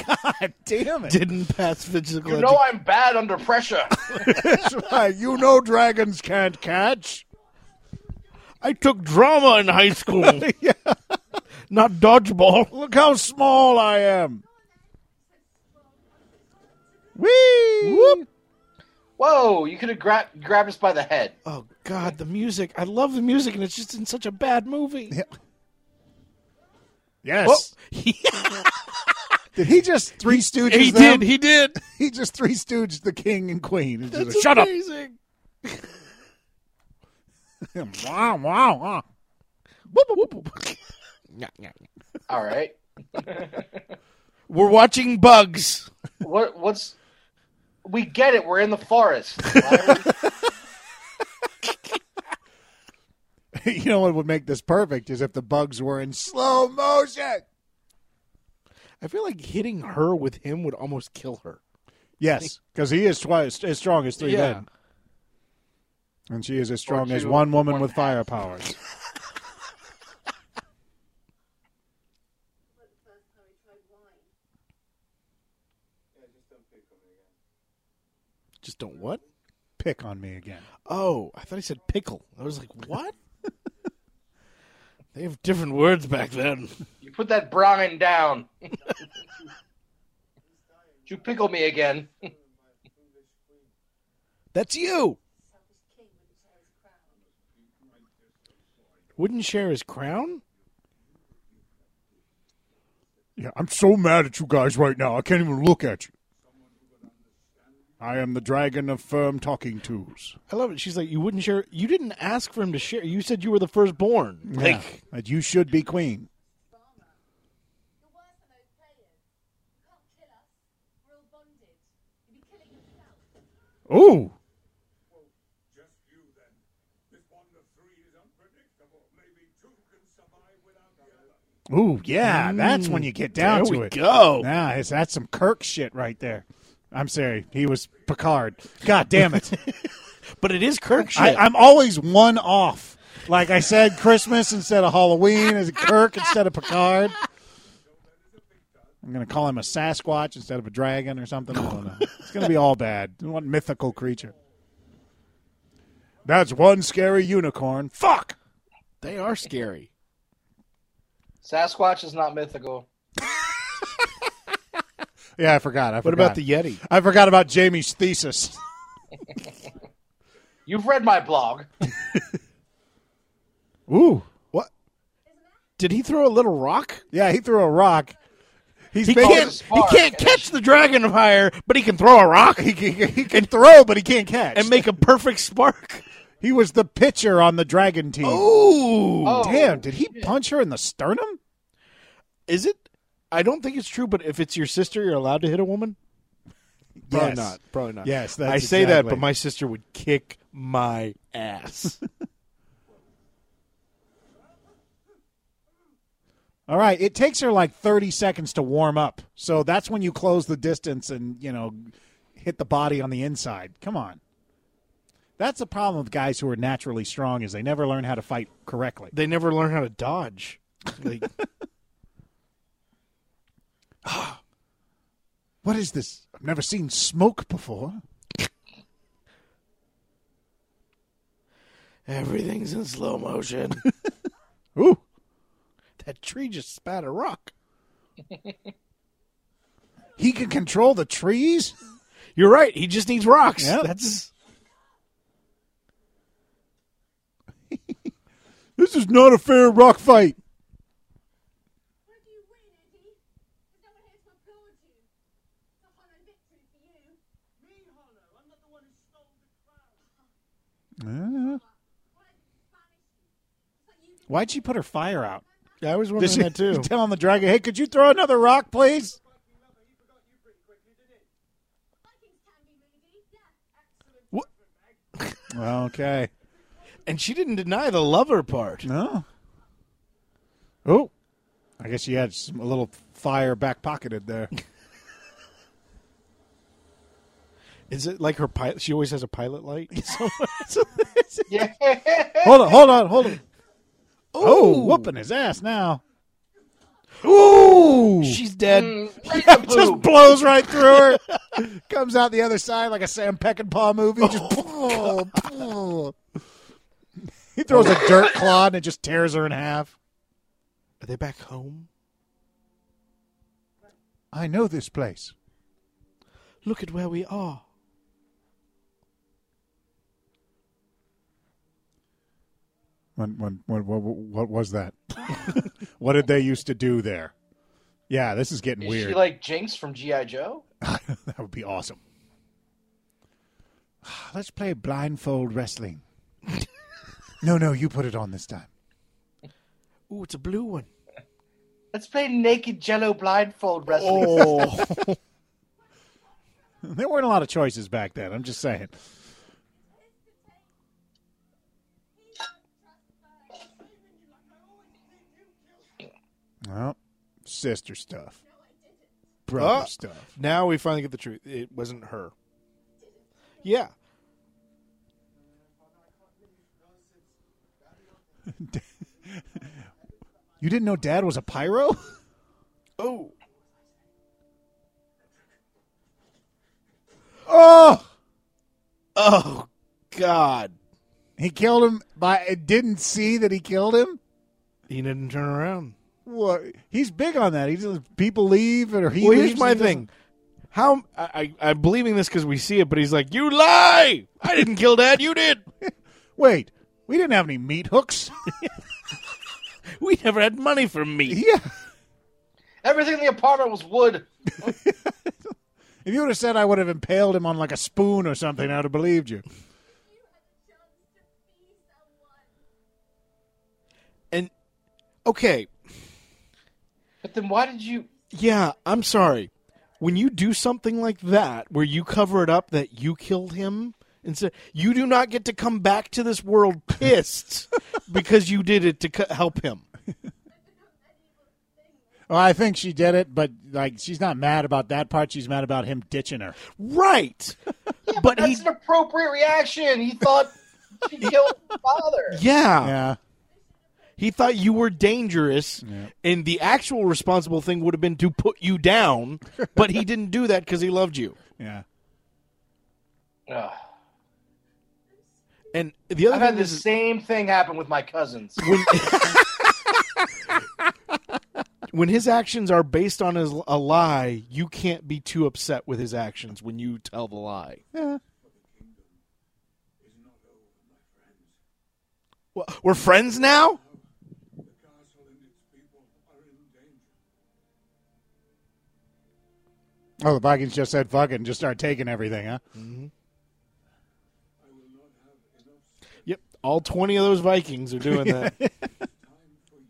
God damn it! Didn't pass physical. You know I'm bad under pressure. That's right. You know dragons can't catch. I took drama in high school, not dodgeball. Look how small I am. Whee! Whoop! Whoa! You could have grabbed grabbed us by the head. Oh God, the music! I love the music, and it's just in such a bad movie. Yes. Did he just three stooges? he them? did. He did. He just three stooges the king and queen. It's That's just like, Shut amazing. up! wow! Wow! Wow! All right. We're watching bugs. What? What's? We get it. We're in the forest. Why are we- you know what would make this perfect is if the bugs were in slow motion. I feel like hitting her with him would almost kill her. Yes, because he is twice as strong as three men, and she is as strong as two, one woman one with fire powers. But the first time he tried wine, Just don't what? Pick on me again. Oh, I thought he said pickle. I was like, what? they have different words back then. you put that brine down. you pickle me again. That's you. selfish king wouldn't share his crown. Wouldn't share his crown? Yeah, I'm so mad at you guys right now. I can't even look at you. I am the dragon of firm talking twos. I love it. She's like, you wouldn't share. You didn't ask for him to share. You said you were the firstborn. Yeah, Like, that you should be queen. Drama. You're worse than those players. You can't kill us. We're all bonded. You'd be killing yourself. Oh, Just you then. This bond of three is unpredictable. Maybe two can survive without the other. ooh, yeah. That's when you get down there to we it. go. Nah, it's, that's some Kirk shit right there. I'm sorry, he was Picard. God damn it! But it is Kirk shit. I, I'm always one off. Like I said, Christmas instead of Halloween is Kirk instead of Picard. I'm gonna call him a Sasquatch instead of a dragon or something. I don't know. It's gonna be all bad. One mythical creature. That's one scary unicorn. Fuck. they are scary. Sasquatch is not mythical. Yeah, I forgot. I forgot. What about the Yeti? I forgot about Jamie's thesis. You've read my blog. Ooh. What? Did he throw a little rock? Yeah, he threw a rock. He's He big- can't. It's a He spark, can't and catch the dragon of fire, but he can throw a rock. He can, He can throw, but he can't catch. and make a perfect spark. he was the pitcher on the dragon team. Ooh, Oh. Damn, did he punch her in the sternum? is it? I don't think it's true, but if it's your sister, you're allowed to hit a woman. Probably Yes. not. Probably not. Yes, that's I say that, exactly- but my sister would kick my ass. All right, it takes her like 30 seconds to warm up. So that's when you close the distance and, you know, hit the body on the inside. Come on. That's the problem with guys who are naturally strong is they never learn how to fight correctly. they never learn how to dodge. Like, What is this? I've never seen smoke before. Everything's in slow motion. Ooh. that tree just spat a rock. He can control the trees? You're right. He just needs rocks. Yeah. That's This is not a fair rock fight. Where do you win, Eddie? There's no one here to applaud you. It's a hollow victory for you. Me hollow? I'm not the one who stole the crown. Uh, Why did you banish me? It's like you did why'd she put her fire out? I was Did wondering she that too. telling the dragon, hey, could you throw another rock, please? Vikings can be moody. Yeah. Excellent. Okay. And she didn't deny the lover part. No. Oh. I guess she had some, a little fire back pocketed there. Is it like her pilot? She always has a pilot light. Yeah. hold on, hold on, hold on. Oh, whooping his ass now. Ooh, she's dead. Right in the Just boob. blows right through her. Comes out the other side like a Sam Peckinpah movie. Just Oh. he throws a dirt clod and it just tears her in half. Are they back home? I know this place. Look at where we are. When, when, when, what, what was that? what did they used to do there? Yeah, this is getting Is weird. she like Jinx from G.I. Joe? that would be awesome. Let's play blindfold wrestling. no, no, you put it on this time. Ooh, it's a blue one. Let's play naked jello blindfold wrestling. Oh, There weren't a lot of choices back then. I'm just saying. Well, sister stuff, brother Oh. stuff. now we finally get the truth. It wasn't her. Yeah, You didn't know Dad was a pyro? Oh. Oh, Oh God. he killed him by didn't see that he killed him. He didn't turn around. What? He's big on that. He just people leave or he. well, here's leaves my and doesn't- thing. How I, I I'm believing this because we see it, but he's like, "You lie! I didn't kill Dad. You did. Wait, we didn't have any meat hooks. We never had money from me." yeah. Everything in the apartment was wood. If you would have said I would have impaled him on like a spoon or something, I would have believed you. You had the chance to be someone. And okay, But then why did you? yeah, I'm sorry. When you do something like that, where you cover it up that you killed him, and so you do not get to come back to this world pissed because you did it to c- help him. Well, Oh, I think she did it, but like she's not mad about that part. She's mad about him ditching her. Right. but That's he, an appropriate reaction. He thought she killed the father. yeah. Yeah. He thought you were dangerous, and the actual responsible thing would have been to put you down, but he didn't do that because he loved you. Yeah. Ugh. And the other I've had thing the is, same thing happen with my cousins. when his actions are based on his, a lie, you can't be too upset with his actions when you tell the lie. Yeah. Well, we're friends now? The castle and its people are in danger. Oh, the Vikings just said fuck it and just start taking everything, huh? I will not have enough Yep. All 20 of those Vikings are doing that. time for you,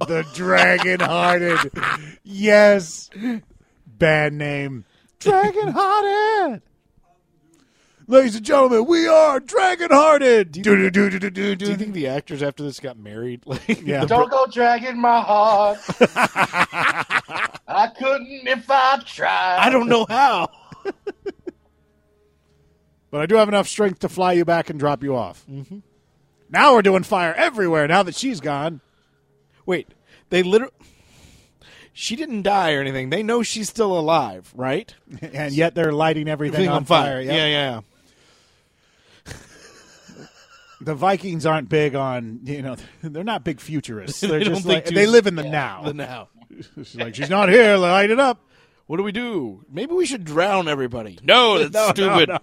the dragon-hearted. The Dragon Hearted. Yes. Bad name. Dragon Hearted. Ladies and gentlemen, we are Dragon Hearted. Do you think the actors after this got married? Like, Yeah. the- Don't go dragging my heart. I couldn't if I tried. I don't know how. But I do have enough strength to fly you back and drop you off. Mm-hmm. Now we're doing fire everywhere now that she's gone. Wait, they literally. She didn't die or anything. They know she's still alive, right? And yet they're lighting everything, Everything on, fire. Yeah, yeah. yeah. the Vikings aren't big on you know they're not big futurists. They're They don't just think like, too- they live in the now. The now. She's like she's not here. Light it up. What do we do? Maybe we should drown everybody. No, that's stupid.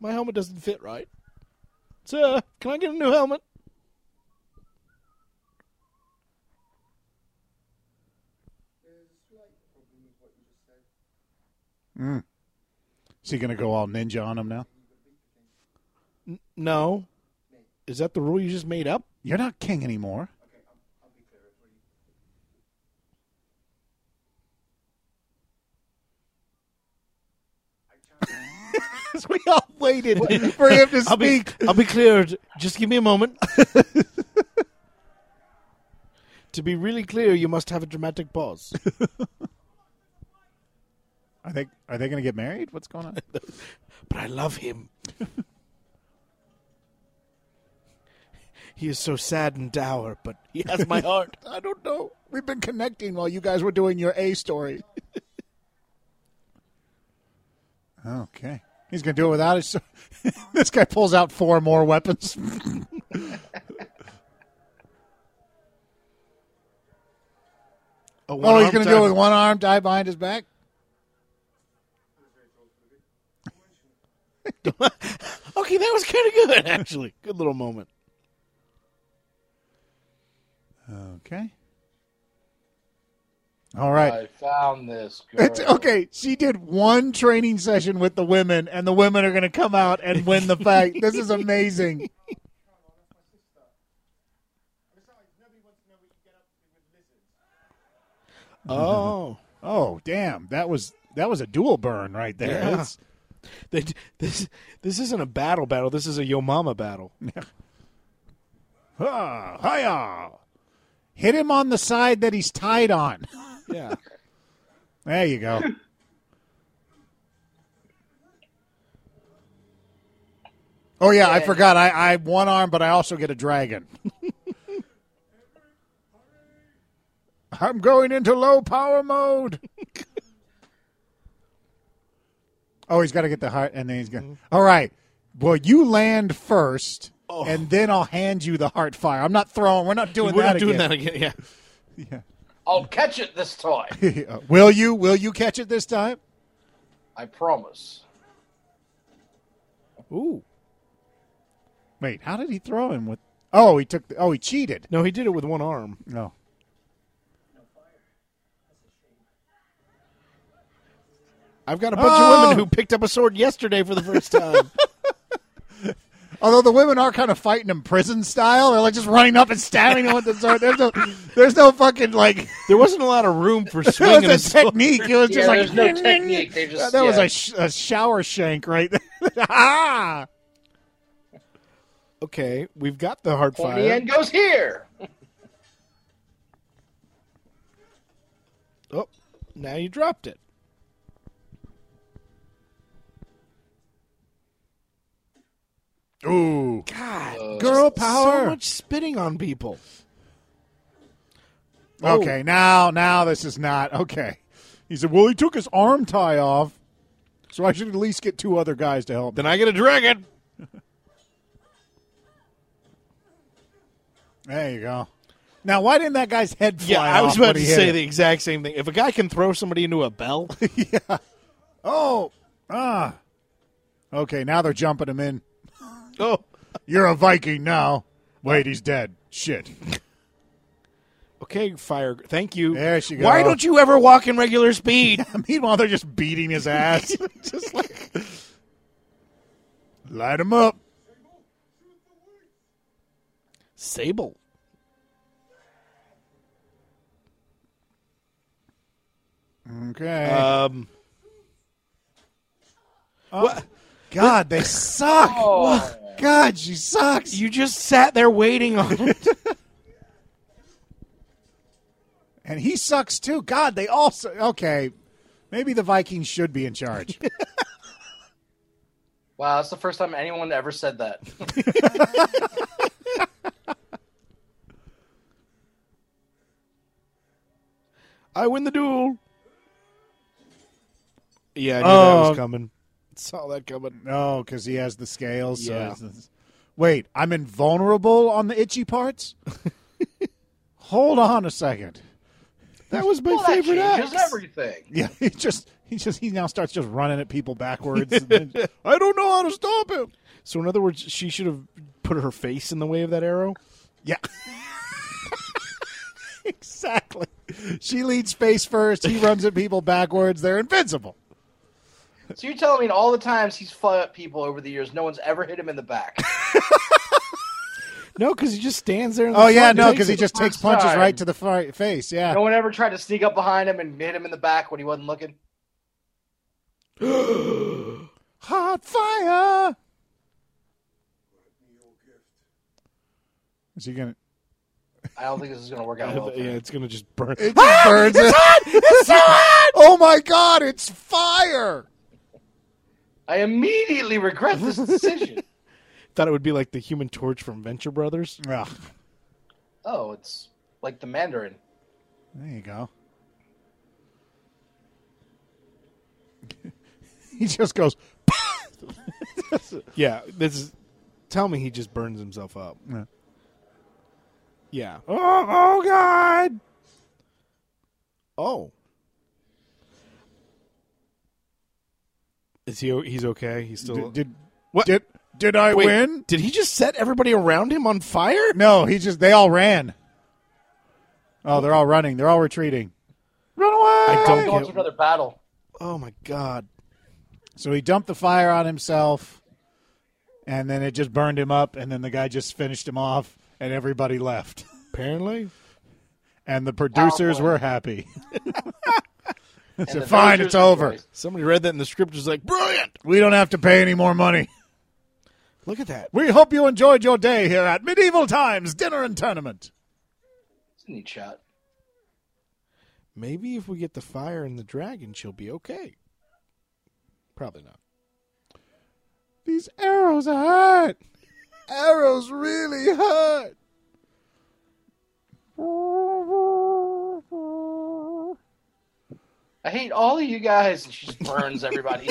My helmet doesn't fit right. Sir, can I get a new helmet? Is he gonna go all ninja on him now? No. Is that the rule you just made up? You're not king anymore. we all waited for him to I'll be, speak. I'll be cleared. Just give me a moment. to be really clear, you must have a dramatic pause. Are they are they gonna get married? What's going on? but I love him. he is so sad and dour, but he has my heart. I don't know. We've been connecting while you guys were doing your A story. okay. He's going to do it without his. this guy pulls out four more weapons. A oh, he's one-armed going to do tiger. it with one arm tied behind his back? Okay, that was kind of good, actually. Good little moment. Okay. All right. I found this. Girl. It's, okay, she did one training session with the women, and the women are going to come out and win the fight. this is amazing. Oh, Oh, damn! That was that was a dual burn right there. Yeah. That's- they, d- this this isn't a battle battle. This is a yo mama battle. Ah, hiya. Hit him on the side that he's tied on. Yeah, There you go. Oh yeah, I forgot. I, I have one arm, but I also get a dragon. I'm going into low power mode. oh, he's got to get the heart, and then he's going. All right, well, you land first, Mm-hmm. Oh. and then I'll hand you the heart fire. I'm not throwing. We're not doing we're that not doing again. that again. Yeah, I'll catch it this time. Yeah. will you? Will you catch it this time? I promise. ooh. Wait, how did he throw him with? Oh, he took. The, oh, he cheated. No, he did it with one arm. No. I've got a bunch of Oh! women who picked up a sword yesterday for the first time. Although the women are kind of fighting him prison style, they're like just running up and stabbing him with the sword. There's no, there's no fucking like. there wasn't a lot of room for There swinging a was a sword. technique. It was Yeah, just like there's no technique. They just That was yeah. a, sh- a shower shank right there. ah! Okay, we've got the heart Well, the fire. end goes here. Oh, now you dropped it. Ooh, God, Uh, girl so power. much spitting on people. Oh. okay, now now this is not okay. He said, "Well, he took his arm tie off, so I should at least get two other guys to help." Then I get a dragon. There you go. Now, why didn't that guy's head fly Yeah, I was off about when to he hit say it? the exact same thing. If a guy can throw somebody into a bell, Oh, ah. Okay, now they're jumping him in. oh, You're a Viking now. Wait, he's dead. Shit. okay, fire. Thank you. There she Why go. don't you ever walk in regular speed? Meanwhile, they're just beating his ass. just like light him up. Sable. Okay. Um, what? God, they suck. Oh. God, she sucks. You just sat there waiting on it. and he sucks too. God, they all suck. Okay, maybe the Vikings should be in charge. Wow, that's the first time anyone ever said that. I win the duel. Yeah, I knew that Oh. was coming. Um, saw that coming. No, because Oh, he has the scales. so Yeah. it's- it's- Wait, I'm invulnerable on the itchy parts? Hold on a second. That was my Well, that favorite changes axe. everything. Yeah, he just he just he now starts just running at people backwards. and then, I don't know how to stop him. So in other words, she should have put her face in the way of that arrow. Yeah. exactly. She leads face first. He runs at people backwards. They're invincible. So you're telling me all the times he's fought people over the years, no one's ever hit him in the back. No, because he just stands there. in the Oh yeah, front and no, takes because he it. just takes first punches time. right to the fi- face. Yeah. No one ever tried to sneak up behind him and hit him in the back when he wasn't looking. Hot fire. Is he gonna? I don't think this is going to work out Yeah, well. for him. it's gonna just burn. It just burns it. Ah, It's hot! Oh my god, it's fire! I immediately regret this decision. Thought it would be like the Human Torch from Venture Brothers. Ugh, oh, it's like the Mandarin. there you go. he just goes. Yeah, this is. Tell me, he just burns himself up. Yeah. Yeah. Oh, oh god! Oh. Is he? o- He's okay. He's still. Did did, What? did did I Wait, win? Did he just set everybody around him on fire? No, he just they all ran. Oh, they're all running. They're all retreating. Run away! I Probably don't going get. to another battle. Oh my god. So he dumped the fire on himself, and then it just burned him up, and then the guy just finished him off, and everybody left. Apparently. And the producers Powerful. were happy. And said, the "Fine, villagers it's over." rejoiced. Somebody read that in the script. Was like, brilliant. We don't have to pay any more money. Look at that. We hope you enjoyed your day here at Medieval Times Dinner and Tournament. It's a neat shot. Maybe if we get the fire and the dragon, she'll be okay. Probably not. These arrows hurt. arrows really hurt. I hate all of you guys. And she just burns everybody.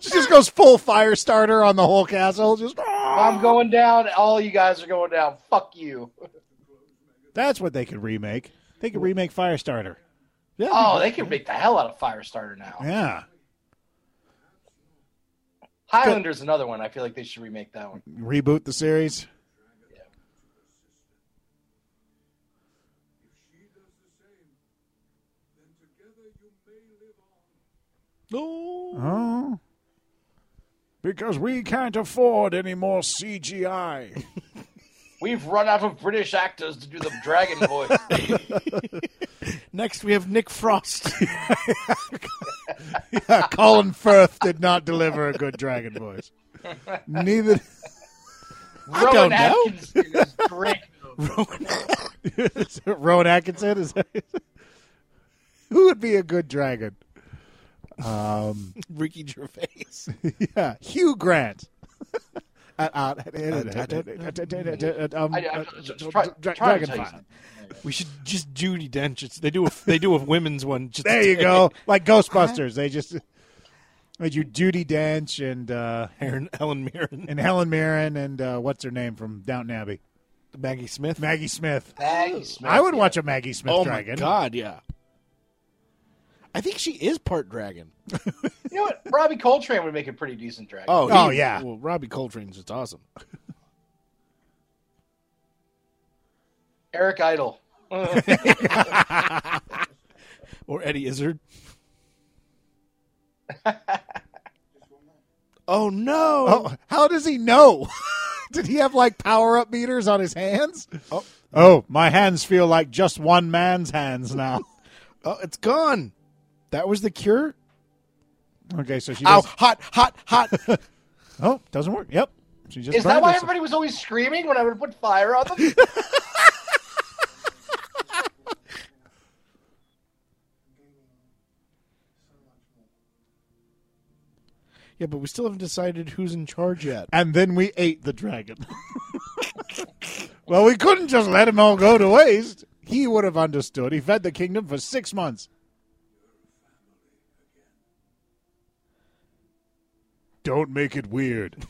She just goes full fire starter on the whole castle. Just I'm going down. All you guys are going down. Fuck you. That's what they could remake. They could remake Firestarter. Yeah. Oh, they can make the hell out of Firestarter now. Yeah. Highlander's another one. I feel like they should remake that one. Reboot the series. No. Oh. Because we can't afford any more CGI. We've run out of British actors to do the dragon voice. Next, we have Nick Frost. Colin Firth did not deliver a good dragon voice. Neither. Rowan don't know. Atkinson is great. Is it Rowan Atkinson is. that- Who would be a good dragon? Ricky Gervais. Yeah, Hugh Grant. um, I, uh, I'm just try, trying to tell you Dragonfly. something. We should just Judy Dench. It's, they do a they do a women's one. Just There you go. Like Ghostbusters, they just made you Judy Dench and uh, Aaron Ellen Mirren, and Helen Mirren and uh, what's her name from Downton Abbey, Maggie Smith. Maggie Smith. Maggie Smith, I would yeah. watch a Maggie Smith oh dragon. my god, yeah. I think she is part dragon. You know what? Robbie Coltrane would make a pretty decent dragon. Oh, Oh, yeah. Well, Robbie Coltrane's just awesome. Eric Idle. Or Eddie Izzard. oh no! Oh, how does he know? Did he have like power up meters on his hands? Oh. oh, my hands feel like just one man's hands now. Oh, it's gone. That was the cure. okay, so she Ow! just, Hot, hot, hot. oh doesn't work. Yep, she just Is that burned why herself. everybody was always screaming when I would put fire on them? yeah, but we still haven't decided who's in charge yet. and then we ate the dragon. well, we couldn't just let him all go to waste. He would have understood. He fed the kingdom for six months. Don't make it weird.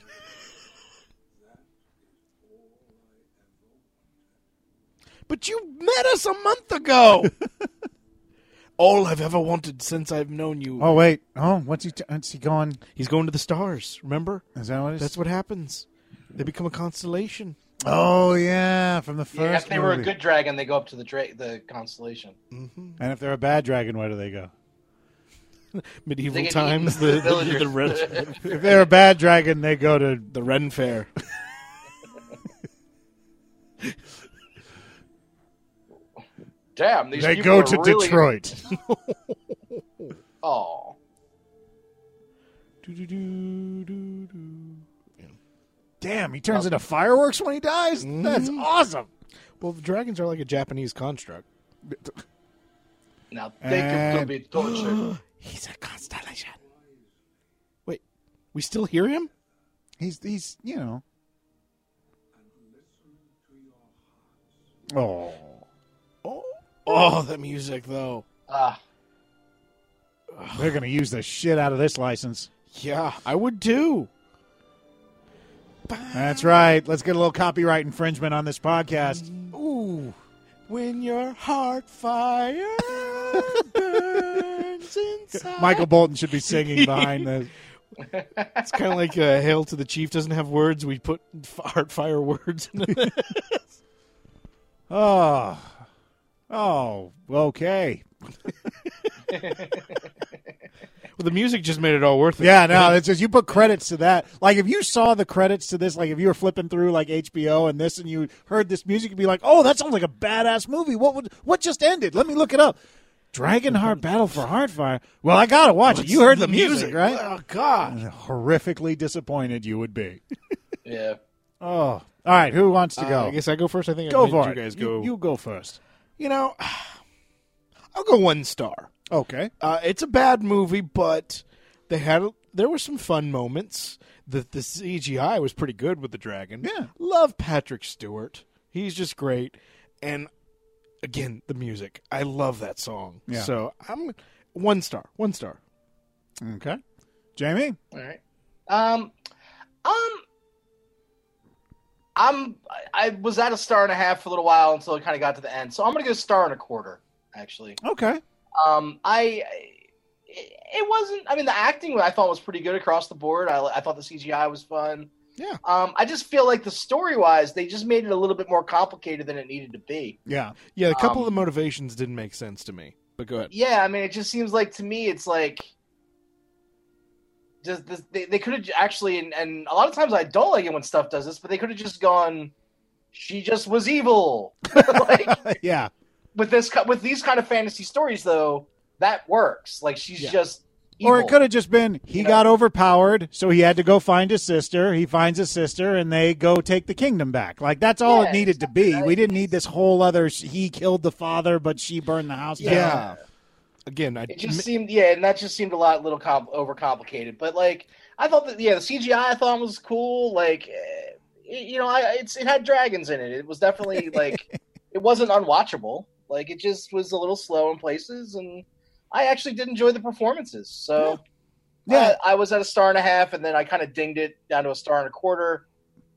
But you met us a month ago. All I've ever wanted since I've known you. Oh wait. Oh, what's he? T- what's he going? He's going to the stars. Remember? Is that what? It's- That's what happens. They become a constellation. Oh yeah, from the first. Yeah, if they were a movie. good dragon, they go up to the dra- the constellation. And if they're a bad dragon, where do they go? Medieval They get times, eaten the by the, the the, villagers. Ren, If they're a bad dragon, they go to. the Ren Fair. Damn, these They go people are to really- Detroit. Oh, Do, do, do, do, do. Damn, he turns into fireworks when he dies. That's Mm-hmm. awesome. Well, the dragons are like a Japanese construct. now they could go And- be tortured. He's a constellation. Wait, we still hear him? He's he's you know. Oh, Oh, oh, that music though. Ah, they're gonna use the shit out of this license. Yeah, I would too. That's right. Let's get a little copyright infringement on this podcast. Ooh, when your heart fire burns inside. Michael Bolton should be singing behind this. it's kind of like uh, "Hail to the Chief" doesn't have words. We put f- heart fire words. In it. Oh, oh, okay. well, the music just made it all worth it. Yeah, no, it's just you put credits to that. Like if you saw the credits to this, like if you were flipping through like HBO and this, and you heard this music, you'd be like, "Oh, that sounds like a badass movie." What would what just ended? Let me look it up. Dragonheart Battle for Heartfire. Well, I gotta watch it. You heard the music, right? Oh God! Horrifically disappointed you would be. yeah. Oh, all right. Who wants to go? Uh, I guess I go first. I think go I made for you it. guys You- go. You, go first. you know, I'll go one star. Okay. Uh, it's a bad movie, but they had there were some fun moments. The the CGI was pretty good with the dragon. Yeah. love Patrick Stewart. He's just great. And again, the music. I love that song. Yeah. So I'm one star. One star. Okay. Jamie. All right. Um, um, I'm. I I was at a star and a half for a little while until it kind of got to the end. So I'm gonna go star and a quarter. Actually, Okay. um, I. I- It it wasn't. I mean, the acting I thought was pretty good across the board. I, I thought the CGI was fun. Yeah. Um, I just feel like the story wise, they just made it a little bit more complicated than it needed to be. Yeah. Yeah, a couple Um, of the motivations didn't make sense to me. But go ahead. Yeah, I mean, it just seems like to me, it's like just this, they, they could have actually, and, and a lot of times I don't like it when stuff does this, but they could have just gone. She just was evil. like yeah. with this, co- with these kind of fantasy stories, though, that works. Like she's Yeah. just. Evil. Or it could have just been he You know? got overpowered, so he had to go find his sister. He finds his sister, and they go take the kingdom back. Like that's all Yeah, it needed to be. right. We didn't need this whole other. sh- He killed the father, but she burned the house down. Uh, Yeah. Again, I It just seemed, yeah, and that just seemed a lot little com- overcomplicated. But like, I thought that, yeah, the CGI I thought was cool. Like, eh, you know, I it's it had dragons in it. It was definitely like, it wasn't unwatchable. Like, it just was a little slow in places, and I actually did enjoy the performances. So, Yeah. yeah, I, I was at a star and a half, and then I kind of dinged it down to a star and a quarter.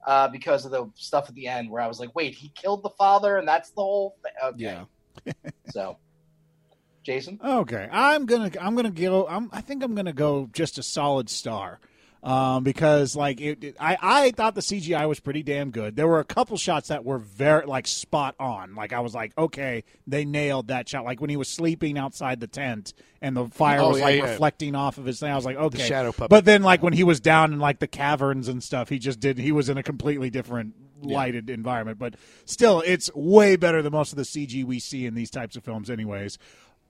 Uh, because of the stuff at the end, where I was like, "Wait, he killed the father, and that's the whole." Thing. Okay. yeah. So, Jason, Okay, I'm gonna I'm gonna go. I'm, I think I'm gonna go just a solid star, um, because like it, it- I I thought the CGI was pretty damn good. There were a couple shots that were very like spot on. Like I was like, okay, they nailed that shot. Like when he was sleeping outside the tent and the fire Oh, was yeah, like yeah. reflecting off of his thing. I was like, okay, shadow puppet. But then like when he was down in like the caverns and stuff, he just did. He was in a completely different lighted environment. But still, it's way better than most of the CG we see in these types of films, anyways.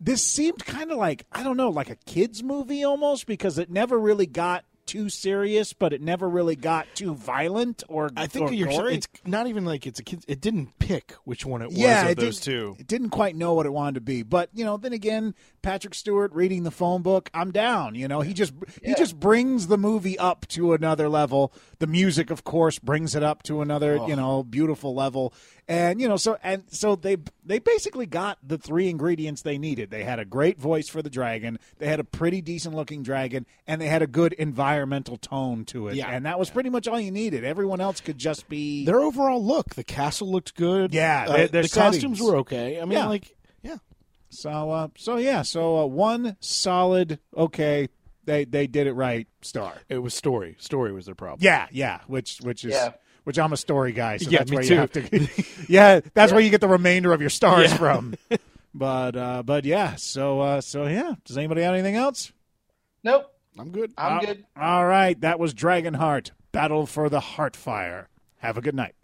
This seemed kind of like, I don't know, like a kid's movie almost because it never really got too serious, but it never really got too violent or I think or you're, gory. it's not even like it's a kid. It didn't pick which one it was Yeah, of it those two. didn't- It didn't quite know what it wanted to be, but you know, then again, Patrick Stewart reading the phone book, I'm down. You know, he just he Yeah. just brings the movie up to another level. The music, of course, brings it up to another you know beautiful level. And you know, so and so they they basically got the three ingredients they needed. They had a great voice for the dragon. They had a pretty decent looking dragon, and they had a good environment environmental tone to it, Yeah. and that was pretty much all you needed. Everyone else could just be Their overall look, the castle looked good. Yeah, Uh, their- their the costumes settings. were okay. I mean, Yeah. like, yeah, So, uh, so yeah, so uh, one solid, okay, they they did it right. Star. it was story. Story was their problem. Yeah, yeah, which which is Yeah. which I'm a story guy, so Yeah, that's me where too. you have to. yeah, that's where you get the remainder of your stars from. But uh, but yeah, so uh, so yeah. Does anybody have anything else? Nope, I'm good. Uh, I'm good. All right, that was Dragonheart Battle for the Heartfire. Have a good night.